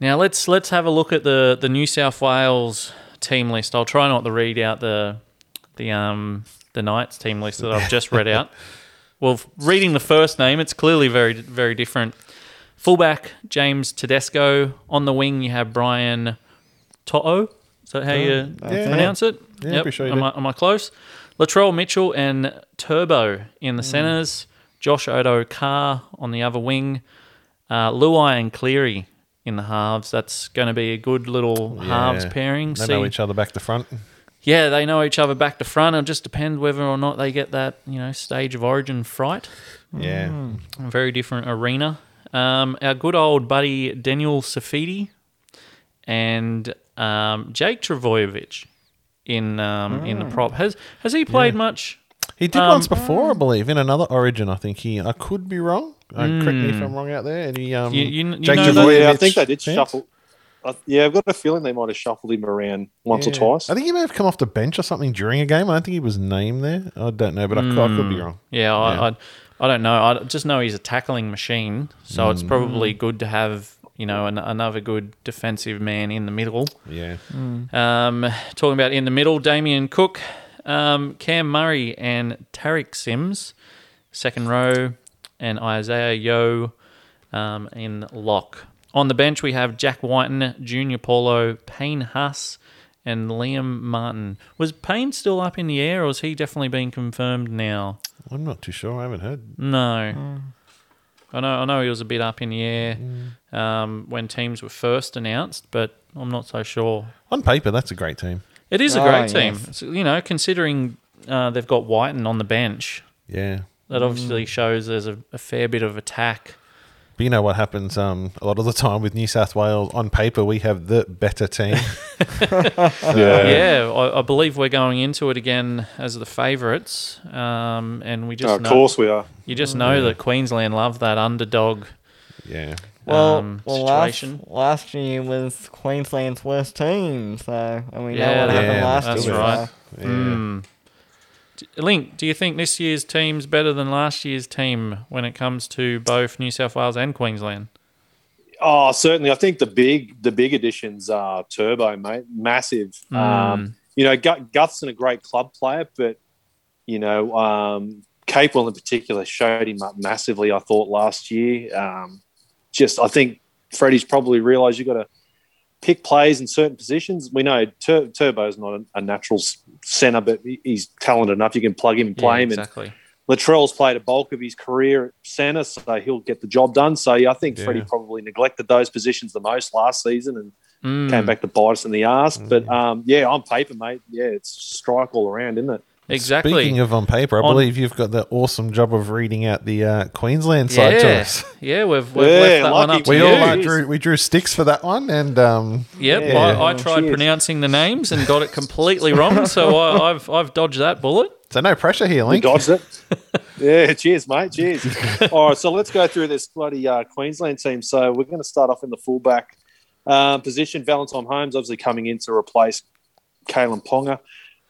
B: Now let's let's have a look at the the New South Wales team list. I'll try not to read out the the um the Knights team list that I've just read out. Well, f- reading the first name, it's clearly very very different. Fullback James Tedesco on the wing. You have Brian To'o. Is that how you
C: Oh,
B: pronounce it?
C: Yeah, pretty sure you
B: am,
C: did.
B: I, am I close? Latrell Mitchell and Turbo in
C: Mm.
B: the centres. Josh Odo Carr on the other wing. Uh, Luai and Cleary in the halves. That's going to be a good little halves
C: Yeah.
B: pairing.
C: They
B: See-
C: know each other back to front.
B: yeah, they know each other back to front. It'll just depend whether or not they get that you know stage of origin fright.
C: Yeah.
B: A very different arena. Um, our good old buddy Daniel Safidi and um, Jake Travojevic in um, in the
C: Mm.
B: prop has has he played much?
C: He did once
B: Um,
C: before, I believe, in another origin. I think he. I could be wrong. Uh, correct me if I'm wrong out there. Any, um,
B: Hmm. You- you- you
C: Jake
B: know that-
C: Trbojevic
E: Yeah, I think they did
C: fans?
E: shuffle. I, yeah, I've got a feeling they might have shuffled him around once
C: Yeah.
E: or twice.
C: I think he may have come off the bench or something during a game. I don't think he was named there. I don't know, but I, could, I could
B: Hmm.
C: be wrong.
B: Yeah,
C: Yeah.
B: I, I I don't know. I just know he's a tackling machine, so it's probably good to have you know an, another good defensive man in the middle.
C: Yeah.
B: Um, talking about in the middle, Damien Cook, um, Cam Murray, and Tarek Sims, second row, and Isaiah Yo um, in lock. On the bench, we have Jack Whiten, Junior Paulo, Payne Huss, and Liam Martin. Was Payne still up in the air, or is he definitely been confirmed now?
C: I'm not too sure. I haven't heard.
B: No.
D: Hmm.
B: I know, I know he was a bit up in the air
D: Hmm.
B: um, when teams were first announced, but I'm not so sure
C: On paper, that's a great team.
B: it is a
D: Oh,
B: great team.
D: yes.
B: It's, you know, considering uh, they've got Whiten on the bench,
C: Yeah.
B: that obviously
D: Hmm.
B: shows there's a, a fair bit of attack.
C: But you know what happens um, a lot of the time with New South Wales? On paper, we have the better team.
B: yeah, I, I believe we're going into it again as the favourites, um, and we just
E: Oh, of
B: know,
E: course we are.
B: you just know
D: Hmm.
B: that Queensland love that underdog.
C: yeah.
D: Well,
B: um,
D: well last,
B: situation.
D: last year was Queensland's worst team, so and we
B: Yeah,
D: know what happened
C: yeah,
D: last
B: that's
D: year.
B: right.
D: so-
C: Yeah.
B: Hmm. Link, do you think this year's team's better than last year's team when it comes to both New South Wales and Queensland?
E: Oh, certainly. I think the big the big additions are Turbo, mate. Massive.
B: Mm.
E: Um, you know, Gu- Guthson a great club player, but you know, um, Capel in particular showed him up massively. I thought last year. Um, just, I think Freddie's probably realised you got to pick plays in certain positions. We know Tur- Turbo's not a, a natural s- centre, but he- he's talented enough. You can plug him and play
B: yeah,
E: him, and
B: exactly.
E: Latrell's played a bulk of his career at centre, so he'll get the job done. So yeah, I think
C: Yeah.
E: Freddie probably neglected those positions the most last season and
B: Mm.
E: came back to bite us in the ass. But um, yeah, on paper, mate, yeah, it's strike all around, isn't it?
B: Exactly.
C: Speaking of on paper, I
B: On-
C: believe you've got the awesome job of reading out the uh, Queensland side to
B: yeah,
C: us.
B: yeah, we've, we've
E: Yeah,
B: left that one
E: lucky
B: up to
C: We
B: you.
E: Yeah.
C: all uh,
E: Jeez.
C: drew we drew sticks for that one, and um,
B: Yep,
E: Yeah.
B: I, I tried
E: Cheers.
B: pronouncing the names and got it completely wrong, so I, I've I've dodged that bullet.
C: so no pressure here,
E: We
C: Link.
E: dodged it. yeah, cheers, mate. Cheers. all right, so let's go through this bloody uh, Queensland team. So we're going to start off in the fullback um, position. Valentine Holmes obviously coming in to replace Kalen Ponga.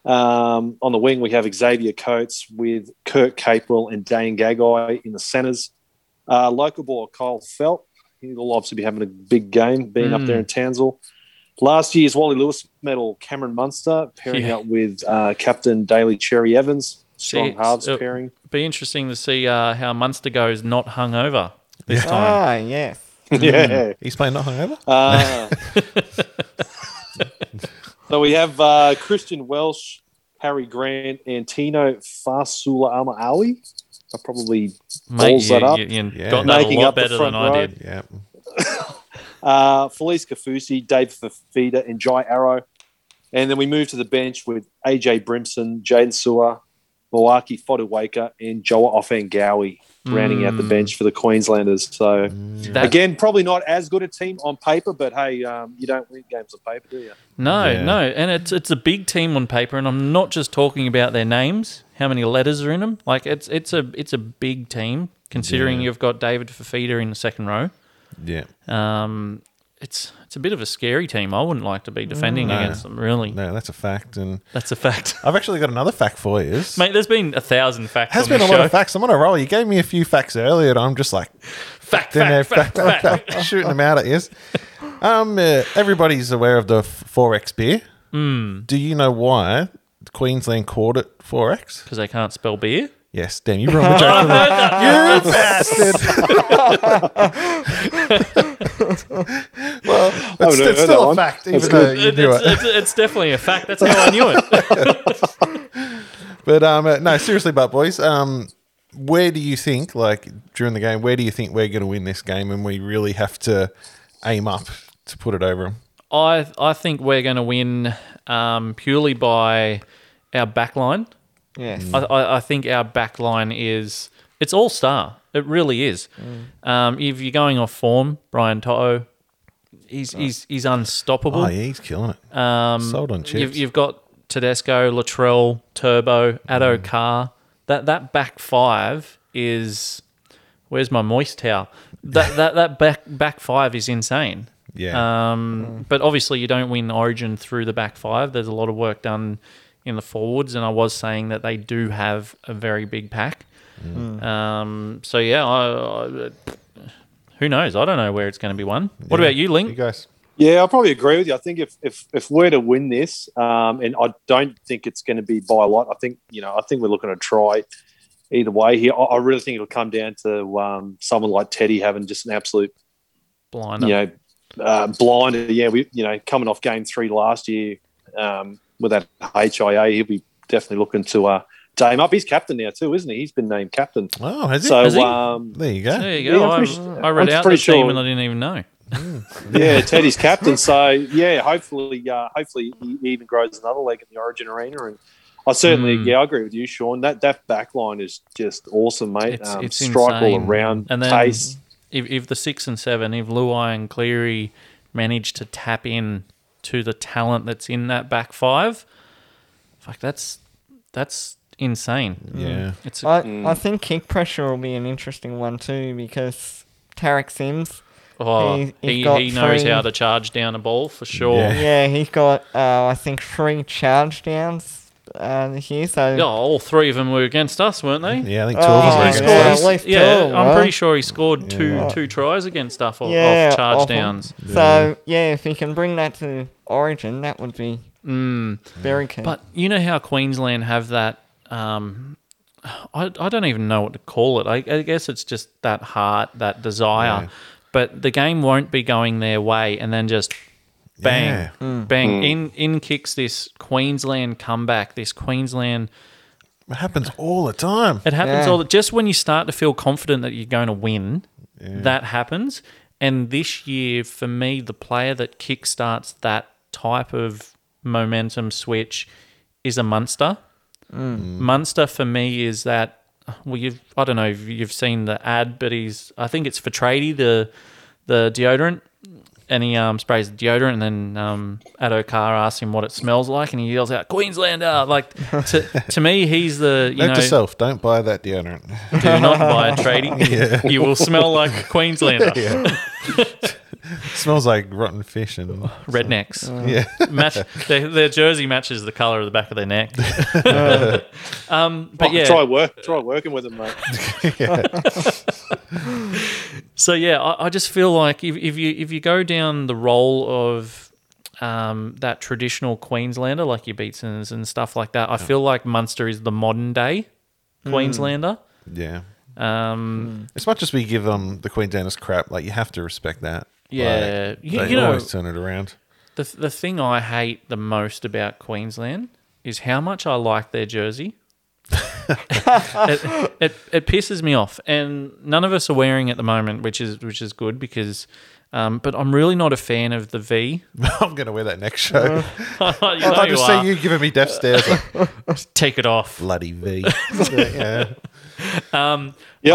E: Um, on the wing, we have Xavier Coates with Kirk Capewell and Dane Gagai in the centres. Uh, local boy Kyle Felt. He'll obviously be having a big game, being
B: Mm.
E: up there in Townsville. Last year's Wally Lewis medal, Cameron Munster, pairing
B: Yeah.
E: up with uh, captain Daly Cherry Evans. Strong
B: See,
E: halves
B: so-
E: pairing.
B: Be interesting to see uh, how Munster goes not hungover this time.
D: Ah, yes.
E: yeah.
C: Mm. He's playing not hungover.
E: Uh, So we have uh, Christian Welsh, Harry Grant, and Tino Fasula Ali. I probably
B: Mate,
E: balls
B: you,
E: that up.
B: you, you
C: Yeah.
B: got that a
E: Making
B: lot
E: up the
B: better than
E: front
B: I
E: row.
B: did.
C: Yeah.
E: Uh, Felice Kafusi, Dave Fafita, and Jai Arrow. And then we move to the bench with AJ Brimson, Jaden Sewer, Milwaukee Fodawaker, and Joa Offengawi rounding out the
B: Mm.
E: bench for the Queenslanders. So,
B: That-
E: again, probably not as good a team on paper, but hey, um, you don't win games on paper, do you?
B: No,
C: Yeah.
B: no, and it's it's a big team on paper, and I'm not just talking about their names, how many letters are in them. Like it's it's a it's a big team considering you've got David Fafita in the second row.
C: Yeah.
B: Um, it's it's a bit of a scary team. I wouldn't like to be defending against them. Really,
C: Mm, No, that's a fact. And
B: that's a fact,
C: I've actually got another fact for you.
B: mate. There's been a thousand facts.
C: has
B: on
C: been a
B: this
C: lot
B: show.
C: of facts. I'm on a roll. You gave me a few facts earlier, and I'm just like
B: Fact,
C: then they're
B: fact, fact, fact,
C: shooting them out at you. Um, uh, everybody's aware of the f- forex beer. Do you know why Queensland called it forex?
B: because they can't spell beer.
C: Yes, damn, you ruined the joke. for me. you bastard. well,
E: haven't
C: it's,
E: heard
C: it's
E: that
C: still a
E: one.
C: fact, even
E: That's
C: though
E: good.
C: you
B: It-
C: knew
B: it's,
C: it.
B: it's, it's definitely a fact. That's how I knew it.
C: But um, uh, no, seriously, but boys, um, where do you think, like during the game, where do you think we're going to win this game, and we really have to aim up to put it over them?
B: I I think we're going to win um, purely by our back line.
D: Yes.
B: I, I, I think our back line is it's all star. It really is.
C: Mm.
B: Um, if you're going off form, Brian Toto, he's he's he's unstoppable.
C: Oh, yeah, he's killing it.
B: Um,
C: Sold on chips.
B: You've, you've got Tedesco, Latrell, Turbo, Addo Carr. That that back five is. Where's my moist towel? That that that back back five is insane.
C: yeah,
B: Um, But obviously, you don't win Origin through the back five. There's a lot of work done in the forwards, and I was saying that they do have a very big pack. Um, so yeah, I, I, who knows? I don't know where it's going to be won. What about you,
C: you
B: Link?
C: guys.
E: Yeah, I probably agree with you. I think if if, if we're to win this, um, and I don't think it's going to be by a lot. I think you know, I think we're looking to try either way here. I, I really think it'll come down to um, someone like Teddy having just an absolute
B: Blind.
E: you know uh, blinder. Yeah, we you know coming off game three last year um, with that HIA, he'll be definitely looking to uh, dame up. He's captain now too, isn't he? He's been named captain.
C: Oh, has he?
E: So
B: Has he?
E: um,
C: there you go.
B: There you go.
E: Yeah, I'm
B: I,
E: pretty su-
B: I read
E: I'm
B: out the
E: pretty
B: team
E: sure-
B: and I didn't even know.
E: yeah, Teddy's captain. So yeah, hopefully, uh, hopefully he even grows another leg in the Origin arena. And I certainly,
B: Mm.
E: yeah, I agree with you, Sean. That that back line is just awesome, mate.
B: It's-
E: um,
B: it's
E: strike
B: insane.
E: all around,
B: And then-
E: pace.
B: If, if the six and seven, if Luai and Cleary manage to tap in to the talent that's in that back five, fuck, that's that's insane.
C: Yeah.
B: It's
D: I, I think kick pressure will be an interesting one too because Tarek Sims,
B: oh,
D: he- he's
B: he,
D: got
B: he knows
D: three-
B: how to charge down a ball for sure.
C: Yeah.
D: yeah, he's got uh, I think three charge downs uh, this year. So
B: Yeah, all three of them were against us, weren't they?
C: Yeah, I think two of
D: Oh,
C: them.
B: He
C: are
D: yeah.
B: scored-
C: against us.
D: at least
B: yeah,
D: two,
B: I'm
D: right?
B: pretty sure he scored two two tries against us off, off charge
D: off 'em.
B: downs.
D: So yeah, if he can bring that to Origin, that would be very key.
B: Mm. But you know how Queensland have that. Um, I, I don't even know what to call it. I, I guess it's just that heart, that desire. But the game won't be going their way, and then just bang, bang in in kicks this Queensland comeback. This Queensland.
C: It happens all the time.
B: It happens
D: Yeah.
B: all the just when you start to feel confident that you're going to win. That happens, and this year for me, the player that kickstarts that type of momentum switch is a Munster. Munster for me is that. Well, you've I don't know if you've seen the ad, but he's I think it's for Trady the the deodorant, and he um sprays the deodorant, and then um Addo Carr asks him what it smells like, and he yells out Queenslander. Like to to me, he's the you
C: Note
B: know
C: to self: don't buy that deodorant.
B: do not buy a tradie. You will smell like a Queenslander.
C: smells like rotten fish and
B: Rednecks. Match their, their jersey matches the color of the back of their neck. um, but
E: Oh,
B: yeah,
E: Try work, try working with him, mate.
B: So yeah, I, I just feel like if, if you if you go down the role of um, that traditional Queenslander, like your Beatsons and stuff like that, I feel like Munster is the modern day Queenslander.
C: yeah.
B: Um,
C: As much as we give them the Queenslanders crap, like you have to respect that.
B: Yeah,
C: Like,
B: you,
C: they
B: you know
C: always turn it around.
B: The, the thing I hate the most about Queensland is how much I like their jersey. it, it, it pisses me off, and none of us are wearing it at the moment, which is which is good because. Um, but I'm really not a fan of the V.
C: I'm going to wear that next show.
B: You know
C: I'd like
B: Uh, you
C: to
B: are.
C: see you giving me death stares. Like,
B: Take it off.
C: bloody V. yeah.
E: Yeah,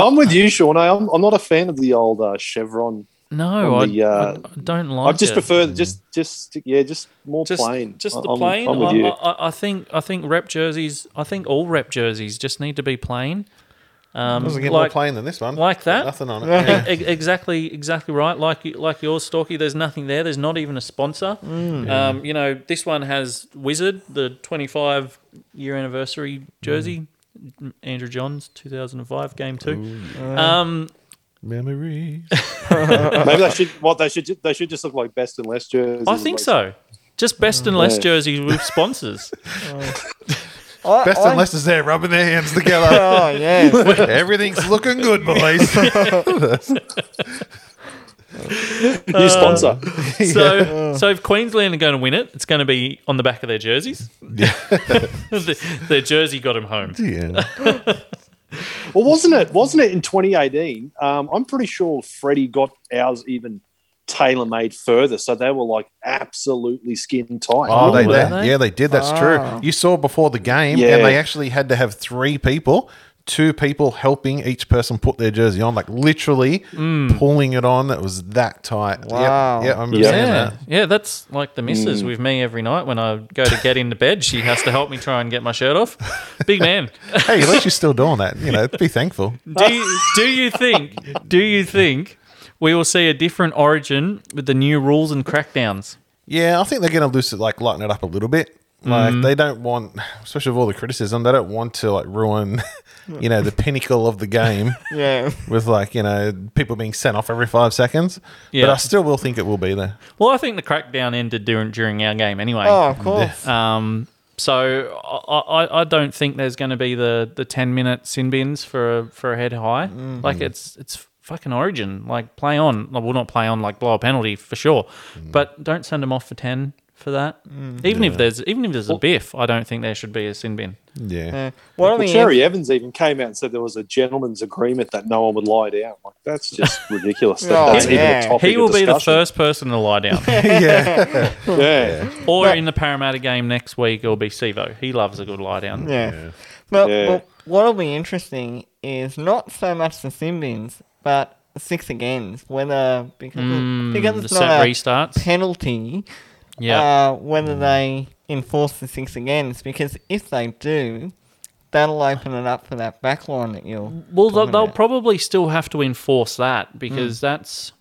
E: I'm with you, Sean. I- I'm, I'm not a fan of the old uh, Chevron.
B: No, I,
E: On the, uh,
B: I don't
E: I
B: like.
E: just
B: it. Hmm.
E: prefer just just yeah, just more
B: just,
E: plain.
B: Just
E: I-
B: the
E: I'm-
B: plain.
E: I'm with
B: I,
E: you.
B: I, I think I think rep jerseys. I think all rep jerseys just need to be plain. Um,
C: Doesn't get more
B: like,
C: plain than this one.
B: like that.
C: Nothing on it.
B: E-
C: Yeah.
B: e- exactly, exactly right. Like you- like yours, Storky. There's nothing there. There's not even a sponsor. Um, you know, this one has Wizard, the 25 year anniversary jersey. Andrew Johns, 2005 game two. Um,
C: Memories.
E: Maybe they should what they should ju- they should just look like best and less jerseys.
B: I think
E: like-
B: so. Just best and less
E: Yeah.
B: jerseys with sponsors.
D: I,
C: Best
D: I,
C: unless it's there rubbing their hands together.
D: Oh yeah.
C: Everything's looking good, boys.
B: Uh,
E: New sponsor.
B: So, so if Queensland are going to win it, it's going to be on the back of their jerseys. The- their jersey got them home.
C: yeah.
E: Well, wasn't it? Wasn't it in 2018? Um, I'm pretty sure Freddie got ours even tailor made further, so they were like absolutely skin tight.
C: Oh, they,
B: were
C: did.
B: they?
C: Yeah, they did. That's
D: Ah.
C: true. You saw before the game,
E: Yeah.
C: and they actually had to have three people, two people helping each person put their jersey on, like literally
B: Mm.
C: pulling it on. That was that tight. Yep.
D: Wow.
C: Yeah, I remember
E: Yeah.
C: seeing
B: Yeah,
C: that.
B: yeah, that's like the missus with me every night when I go to get into bed. She has to help me try and get my shirt off. Big man,
C: Hey, at least you're still doing that. You know, be thankful.
B: do you, do you think do you think we will see a different origin with the new rules and crackdowns?
C: Yeah, I think they're going to loosen, like lighten it up a little bit. Like they don't want, especially with all the criticism, they don't want to like ruin, you know, the pinnacle of the game
D: Yeah.
C: with like you know people being sent off every five seconds.
B: Yeah.
C: But I still will think it will be there.
B: Well, I think the crackdown ended during during our game anyway.
D: Oh, of course.
C: uh,
B: Um, so I, I, I don't think there's going to be the, the ten minute sin bins for a, for a head high. Like it's it's fucking Origin. Like play on. I will not play on. Like blow a penalty for sure, but don't send them off for ten for that. Even if there's even if there's a biff, I don't think there should be a sin bin.
C: Yeah.
D: Yeah. What
E: Well,
D: are we?
E: Cherry Evans even came out and said there was a gentleman's agreement that no one would lie down. Like that's just ridiculous. that
D: Oh,
E: that's
D: yeah.
E: even a topic
B: He will
E: of
B: be the
E: discussion.
B: first person to lie down,
E: Yeah.
B: or in the Parramatta game next week, it'll be Sevo. He loves a good lie down.
D: Yeah. But,
E: Yeah.
D: but what'll be interesting is not so much the Simbins, but six agains. Whether because
B: Mm,
D: because
B: the
D: it's
B: set
D: not a
B: restarts.
D: penalty.
B: Yeah, Hmm.
D: uh, whether they enforce the six agains, because if they do, that'll open it up for that back line that you'll.
B: Well, they'll,
D: talking
B: they'll
D: about.
B: probably still have to enforce that because that's,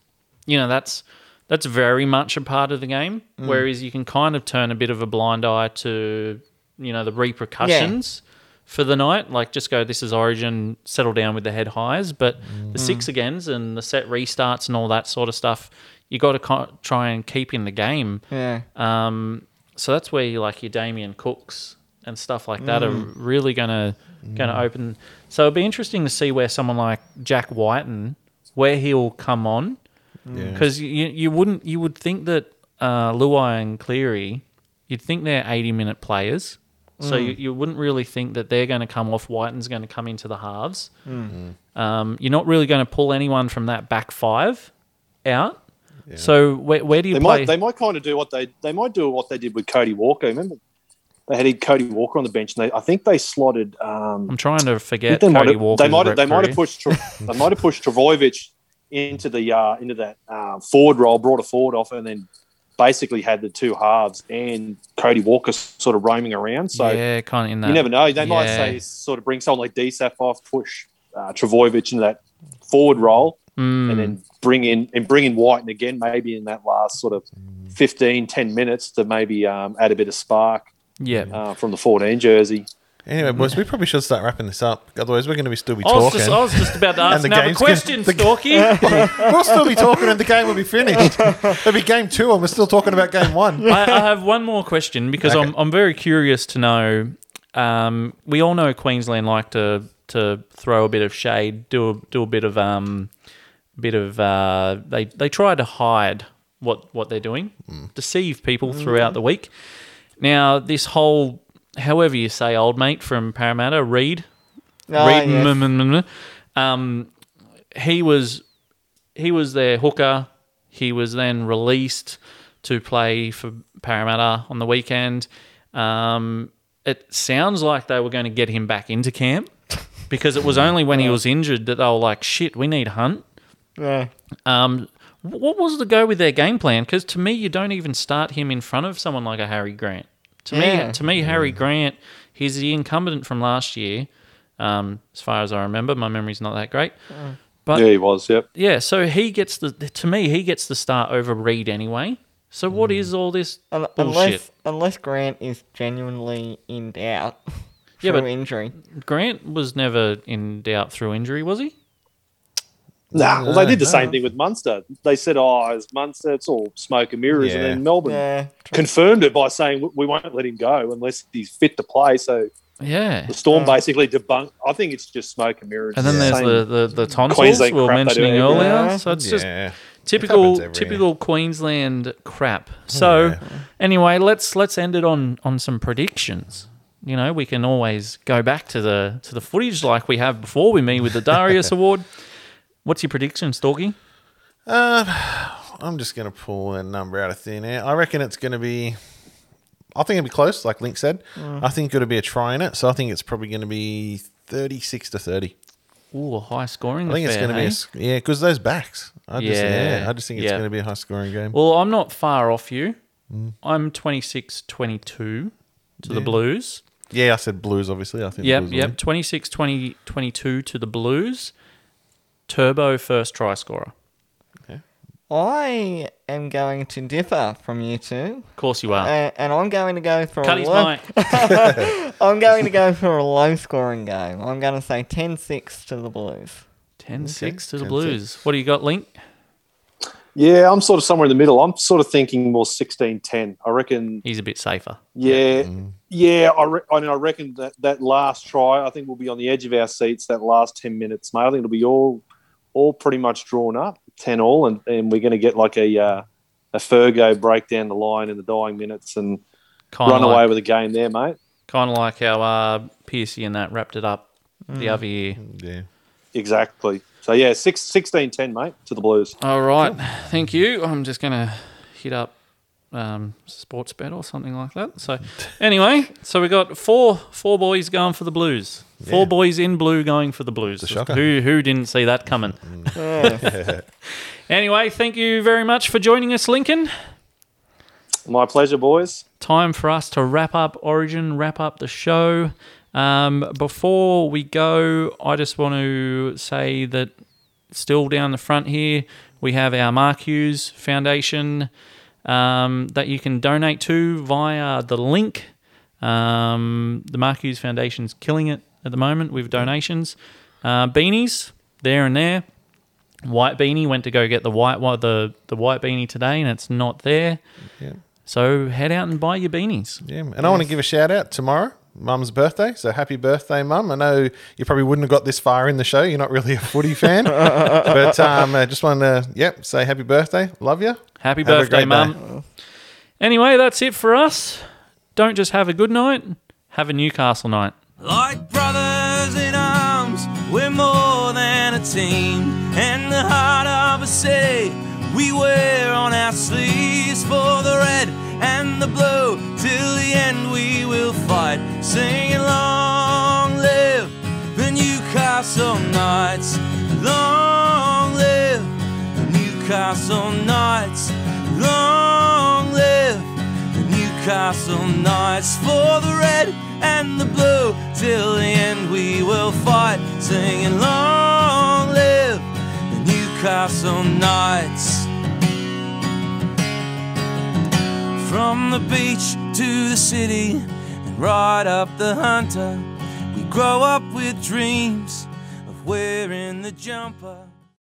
B: you know, that's that's very much a part of the game. Whereas you can kind of turn a bit of a blind eye to, you know, the repercussions for the night. Like just go, this is Origin, settle down with the head highs. But the six agains and the set restarts and all that sort of stuff, you got to co- try and keep in the game.
D: Yeah.
B: Um, so that's where you like your Damien Cooks and stuff like that are really gonna gonna open. So it'll be interesting to see where someone like Jack Whiten, where he'll come on, because you you wouldn't you would think that uh, Luai and Cleary, you'd think they're eighty minute players. So you, you wouldn't really think that they're going to come off. Whiten's going to come into the halves.
E: Mm.
B: Um, you're not really going to pull anyone from that back five out. So where, where do you
E: They
B: play?
E: might they might kind of do what they they might do what they did with Cody Walker. Remember, they had Cody Walker on the bench, and they, I think they slotted. Um,
B: I'm trying to
E: I think
B: forget
E: they might
B: Cody
E: have
B: Walker.
E: they might have, they might have pushed Tre- they might have pushed Travojevic into the uh, into that uh, forward role, brought a forward off, and then basically had the two halves and Cody Walker sort of roaming around. So
B: yeah, kind of in that.
E: you never know. They might
B: Yeah.
E: say sort of bring someone like DSAP off, push uh, Travojevic into that forward role,
B: Mm.
E: and then bring in and bring in White, and again maybe in that last sort of 15, 10 minutes to maybe um, add a bit of spark
B: yeah.
E: uh, from the 14 jersey.
C: Anyway, boys, we probably should start wrapping this up. Otherwise, we're going to be still be
B: I was,
C: talking.
B: just, I was just about to ask
C: the
B: another
C: game's gonna-
B: question,
C: the-
B: Storky.
C: we'll still be talking, and the game will be finished. It'll be game two, and we're still talking about game one.
B: I, I have one more question because I'm, I'm very curious to know. Um, we all know Queensland like to to throw a bit of shade, do a, do a bit of um, bit of uh, they they try to hide what what they're doing,
C: Hmm.
B: deceive
E: Hmm.
B: people throughout the week. Now this whole, however you say, old mate from Parramatta, Reed,
D: Ah,
B: Reed,
D: yes.
B: mm, mm, mm, um, he was he was their hooker. He was then released to play for Parramatta on the weekend. Um, it sounds like they were going to get him back into camp because it was only when he was injured that they were like, "Shit, we need Hunt."
D: Yeah.
B: Um, wh- what was the go with their game plan? Because to me, you don't even start him in front of someone like a Harry Grant. To
D: Yeah.
B: me, to me, Harry Grant, he's the incumbent from last year, um, as far as I remember. My memory's not that great, but
E: Yeah, he was. Yep.
B: yeah, so he gets the to me he gets the start over Reed anyway. So what is all this
D: Un-
B: bullshit?
D: Unless unless Grant is genuinely in doubt
B: Yeah,
D: through
B: but-
D: injury.
B: Grant was never in doubt through injury, was he?
E: Nah, well, they did the same thing with Munster. They said, "Oh, it's Munster. It's all smoke and mirrors." And
C: Yeah.
E: then Melbourne
D: Yeah.
E: confirmed it by saying, "We- "We won't let him go unless he's fit to play." So
B: Yeah.
E: the Storm basically debunked. I think it's just smoke and mirrors.
B: And then
E: It's
B: there's
E: same-
B: the, the, the tonsils we
E: Queensland
B: were
E: crap they do
B: mentioning
E: every
B: earlier.
D: year.
B: So it's just
C: yeah.
B: typical
C: happens every
B: typical Queensland crap. So anyway, let's let's end it on on some predictions. You know, we can always go back to the to the footage like we have before with me with the Darius Award. What's your prediction, Storky?
C: I'm just going to pull a number out of thin air. I reckon it's going to be. I think it'll be close, like Link said.
B: Mm.
C: I think it'll be a try in it. So I think it's probably going to be 36 to 30.
B: Ooh, a high scoring.
C: I think it's
B: affair, eh?
C: going to be.
B: hey?
C: A, s- yeah, because those backs. I just, yeah.
B: Yeah.
C: I just think it's
B: Yeah.
C: going to be a high scoring game.
B: Well, I'm not far off you.
C: Mm.
B: I'm 26 22 to the Blues.
C: yeah, I said Blues, obviously. I think the
B: Yep,
C: Blues will
B: yep.
C: win.
B: 26 20, 22 to the Blues. Turbo first try scorer.
D: I am going to differ from you two,
B: Of course you are.
D: uh, and I'm going to go for
B: Cut
D: a
B: his
D: low,
B: mic.
D: I'm going to go for a low scoring game. I'm going to say 10-6 to the Blues.
B: 10 6 to the
C: 10-6.
B: Blues. What do you got, Link?
E: yeah, I'm sort of somewhere in the middle. I'm sort of thinking more 16-10. I reckon
B: He's a bit safer.
E: Yeah, yeah. I, re- I, mean, I reckon that that last try, I think we'll be on the edge of our seats that last ten minutes, mate. I think it'll be all all pretty much drawn up, ten all, and, and we're going to get like a uh, a Fergo break down the line in the dying minutes and
B: Kind of
E: run away
B: like,
E: with the game there, mate.
B: kind of like how uh, Piercy and that wrapped it up the other year.
C: Yeah.
E: Exactly. So yeah, six, 16-10, mate, to the Blues.
B: All right. Thank you. I'm just going to hit up um, sports bet or something like that. So, anyway, so we got four four boys going for the Blues. Four boys in blue going for the Blues.
C: shocker.
B: Who who didn't see that coming? anyway, thank you very much for joining us, Lincoln.
E: My pleasure, boys.
B: time for us to wrap up Origin, wrap up the show. Um, before we go, I just want to say that still down the front here, we have our Mark Hughes Foundation um, that you can donate to via the link. Um, the Mark Hughes Foundation's killing it at the moment with donations. Uh, beanies, there and there. White beanie went to go get the white one- the the white beanie today, and it's not there. So head out and buy your beanies.
C: Yeah, and I want to give a shout out tomorrow, Mum's birthday. So happy birthday, Mum! I know you probably wouldn't have got this far in the show. You're not really a footy fan, but um, I just want to yep say happy birthday. Love you.
B: Happy
C: Have a
B: birthday,
C: great day.
B: Mum. Anyway, that's it for us. Don't just have a good night, have a Newcastle night.
A: Like brothers in arms, we're more than a team. And the heart of a city we wear on our sleeves for the red and the blue. Till the end we will fight, singing long live the Newcastle Knights. Long live the Newcastle Knights. Long live the Newcastle Knights for the red and the blue. Till the end we will fight, singing long live the Newcastle Knights. From the beach to the city and right up the hunter, we grow up with dreams of wearing the jumper.